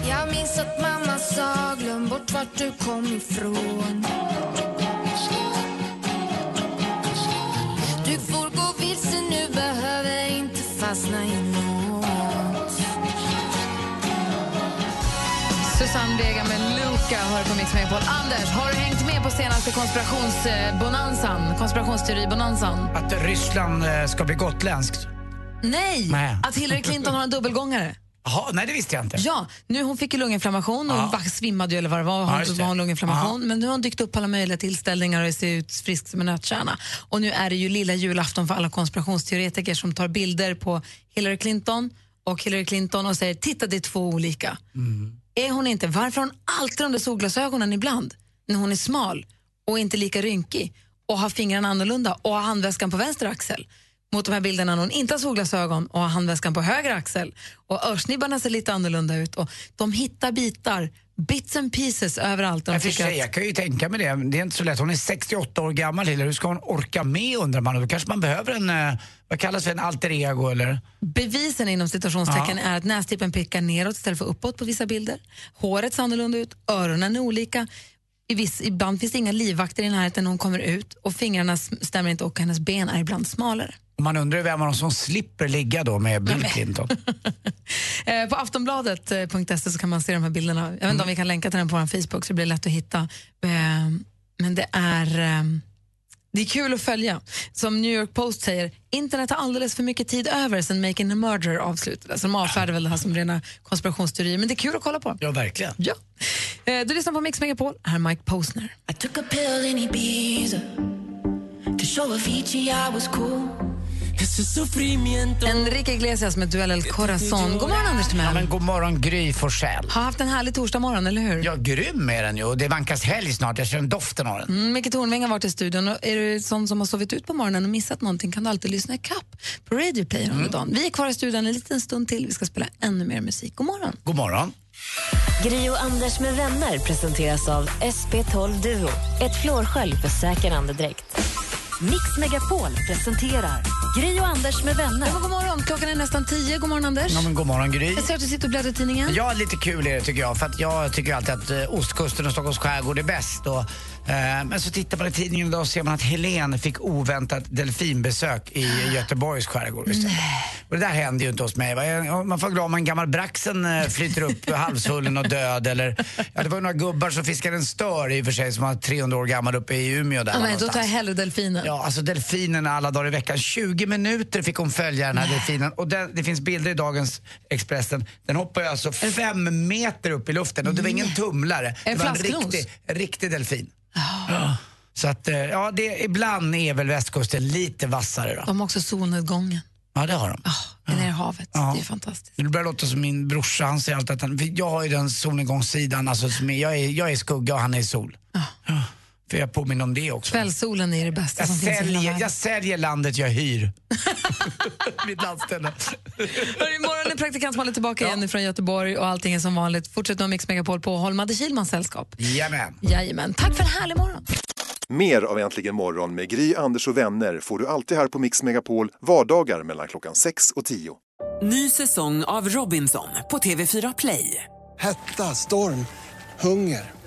Jag minns att mamma sa glöm bort vart du kom ifrån Du får gå vilse nu, behöver inte fastna i något
Susanne Vega med Luca hör på Mix Megapol. Anders, har du hängt med på senaste konspirationsbonanzan? Konspirationsteoribonanzan?
Ah.
Att Ryssland eh, ska bli gotländskt.
Nej!
Nej.
Att Hillary Clinton har en dubbelgångare?
Jaha, nej det visste jag inte.
Ja, nu hon fick ju lunginflammation och
Ja.
va- svimmade ju eller vad det var, hon
Ja, just det.
var hon lunginflammation.
Ja.
Men nu har hon dykt upp på alla möjliga tillställningar och ser ut frisk som en nötkärna. Och nu är det ju lilla julafton för alla konspirationsteoretiker som tar bilder på Hillary Clinton och Hillary Clinton och säger titta det är två olika. Är hon inte? Varför har hon alltid de där solglasögonen ibland när hon är smal och inte lika rynkig och har fingrarna annorlunda och har handväskan på vänster axel? mot de här bilderna när hon inte har solglasögon och har handväskan på höger axel. Och örsnibbarna ser lite annorlunda ut. Och de hittar bitar, bits and pieces, överallt. där De
Jag, för sig, jag kan ju tänka mig det. Det är inte så lätt. Hon är 68 år gammal, Hillary. Hur ska hon orka med undrar man? Och Då kanske man behöver en, eh, vad kallas det, en alter ego eller?
Bevisen inom citationstecken
Ja.
är att nästippen pekar neråt istället för uppåt på vissa bilder. Håret ser annorlunda ut, öronen är olika. I viss, ibland finns det inga livvakter i närheten när hon kommer ut och fingrarna s- stämmer inte och hennes ben är ibland smalare.
Och Man undrar ju vem av dem som slipper ligga då med Bill Clinton.
Eh, på aftonbladet.se så kan man se de här bilderna. Jag vet inte
Mm.
om vi kan länka till den på vår Facebook så det blir lätt att hitta. Eh, men det är, eh, det är kul att följa. Som New York Post säger, internet har alldeles för mycket tid över sen Making a Murder avslutades. Så De avfärdar väl det här som rena konspirationsteorier, men det är kul att kolla på.
Ja, verkligen.
Ja. Eh, du lyssnar på Mix Megapol, här är Mike Posner.
I took a pill in Ibiza to show Avicii I was cool. Ese sufrimiento.
Enrique Iglesias med Duell El *laughs* Corazon. God morgon Anders
Ja,
Timell.
men god morgon Gry Forssell.
Har haft en härlig torsdag morgon, eller hur?
Ja, grym är den ju. Och det vankas helg snart. Jag känner doften av den.
Mm, Micke Tornving har varit i studion. Och är du sån som har sovit ut på morgonen och missat någonting kan du alltid lyssna i kapp på Radio Play under
Mm.
dagen. Vi är kvar i studion en liten stund till. Vi ska spela ännu mer musik. God morgon.
God morgon.
Gri och Anders med vänner presenteras av SP12 Duo. Ett flårskölj för säker andedräkt.
Mix Megapol presenterar Gri och Anders med vänner.
Ja, god morgon. Klockan är nästan tio. God morgon, Anders.
Ja, men god morgon Gry.
Jag ser att du sitter och bläddrar i tidningen.
Ja, lite kul är det tycker jag. För att jag tycker alltid att eh, ostkusten och Stockholms skärgård är bäst. Och, eh, men så tittar man i tidningen idag och ser man att Helen fick oväntat
*gasps*
delfinbesök i Göteborgs skärgård. istället. Och det där händer ju inte hos mig. va? Jag- Man får vara glad om en gammal braxen eh,
*laughs*
flyter upp halvsvullen och död. Eller, ja, det var ju några gubbar som fiskade en stör i och för sig som var 300 år gammal uppe i Umeå. Där
Ja, men då
någonstans.
tar jag hellre delfinen.
Ja, alltså delfinerna alla dagar i veckan. 20 minuter fick hon följa den här delfinen. Och den, det finns bilder i dagens Expressen. Den hoppar ju alltså fem meter upp i luften och det var ingen tumlare.
En
det var en
flasknos? Ah.
riktig, riktig delfin. Ja. Så att, eh, ja, det, ibland är väl västkusten lite vassare då.
De har också solnedgången.
Ja, det har de.
Den är i havet. Ah, Det är fantastiskt.
Nu börjar det låta som min brorsa, han säger alltid att han, för jag har ju den solnedgångssidan, alltså som är, jag, är, jag är skugga och han är sol.
Ah.
Ja. För jag påminner om det också.
Kvällssolen är det bästa
Jag
som finns i hela
säljer,
världen.
jag säljer landet
*laughs*
jag hyr. Mitt landställe.
Hörru, Imorgon är praktikant Malin tillbaka igen från Göteborg och allting är som vanligt. Fortsätt med Mix Megapol på Holm-Adde Kihlmans sällskap.
Jajamän.
Jajamän. Tack för en härlig morgon.
Mer av Äntligen morgon med Gry, Anders och vänner får du alltid här på Mix Megapol vardagar mellan klockan 6 och 10.
Ny säsong av Robinson på TV4 Play.
Hetta, storm, hunger.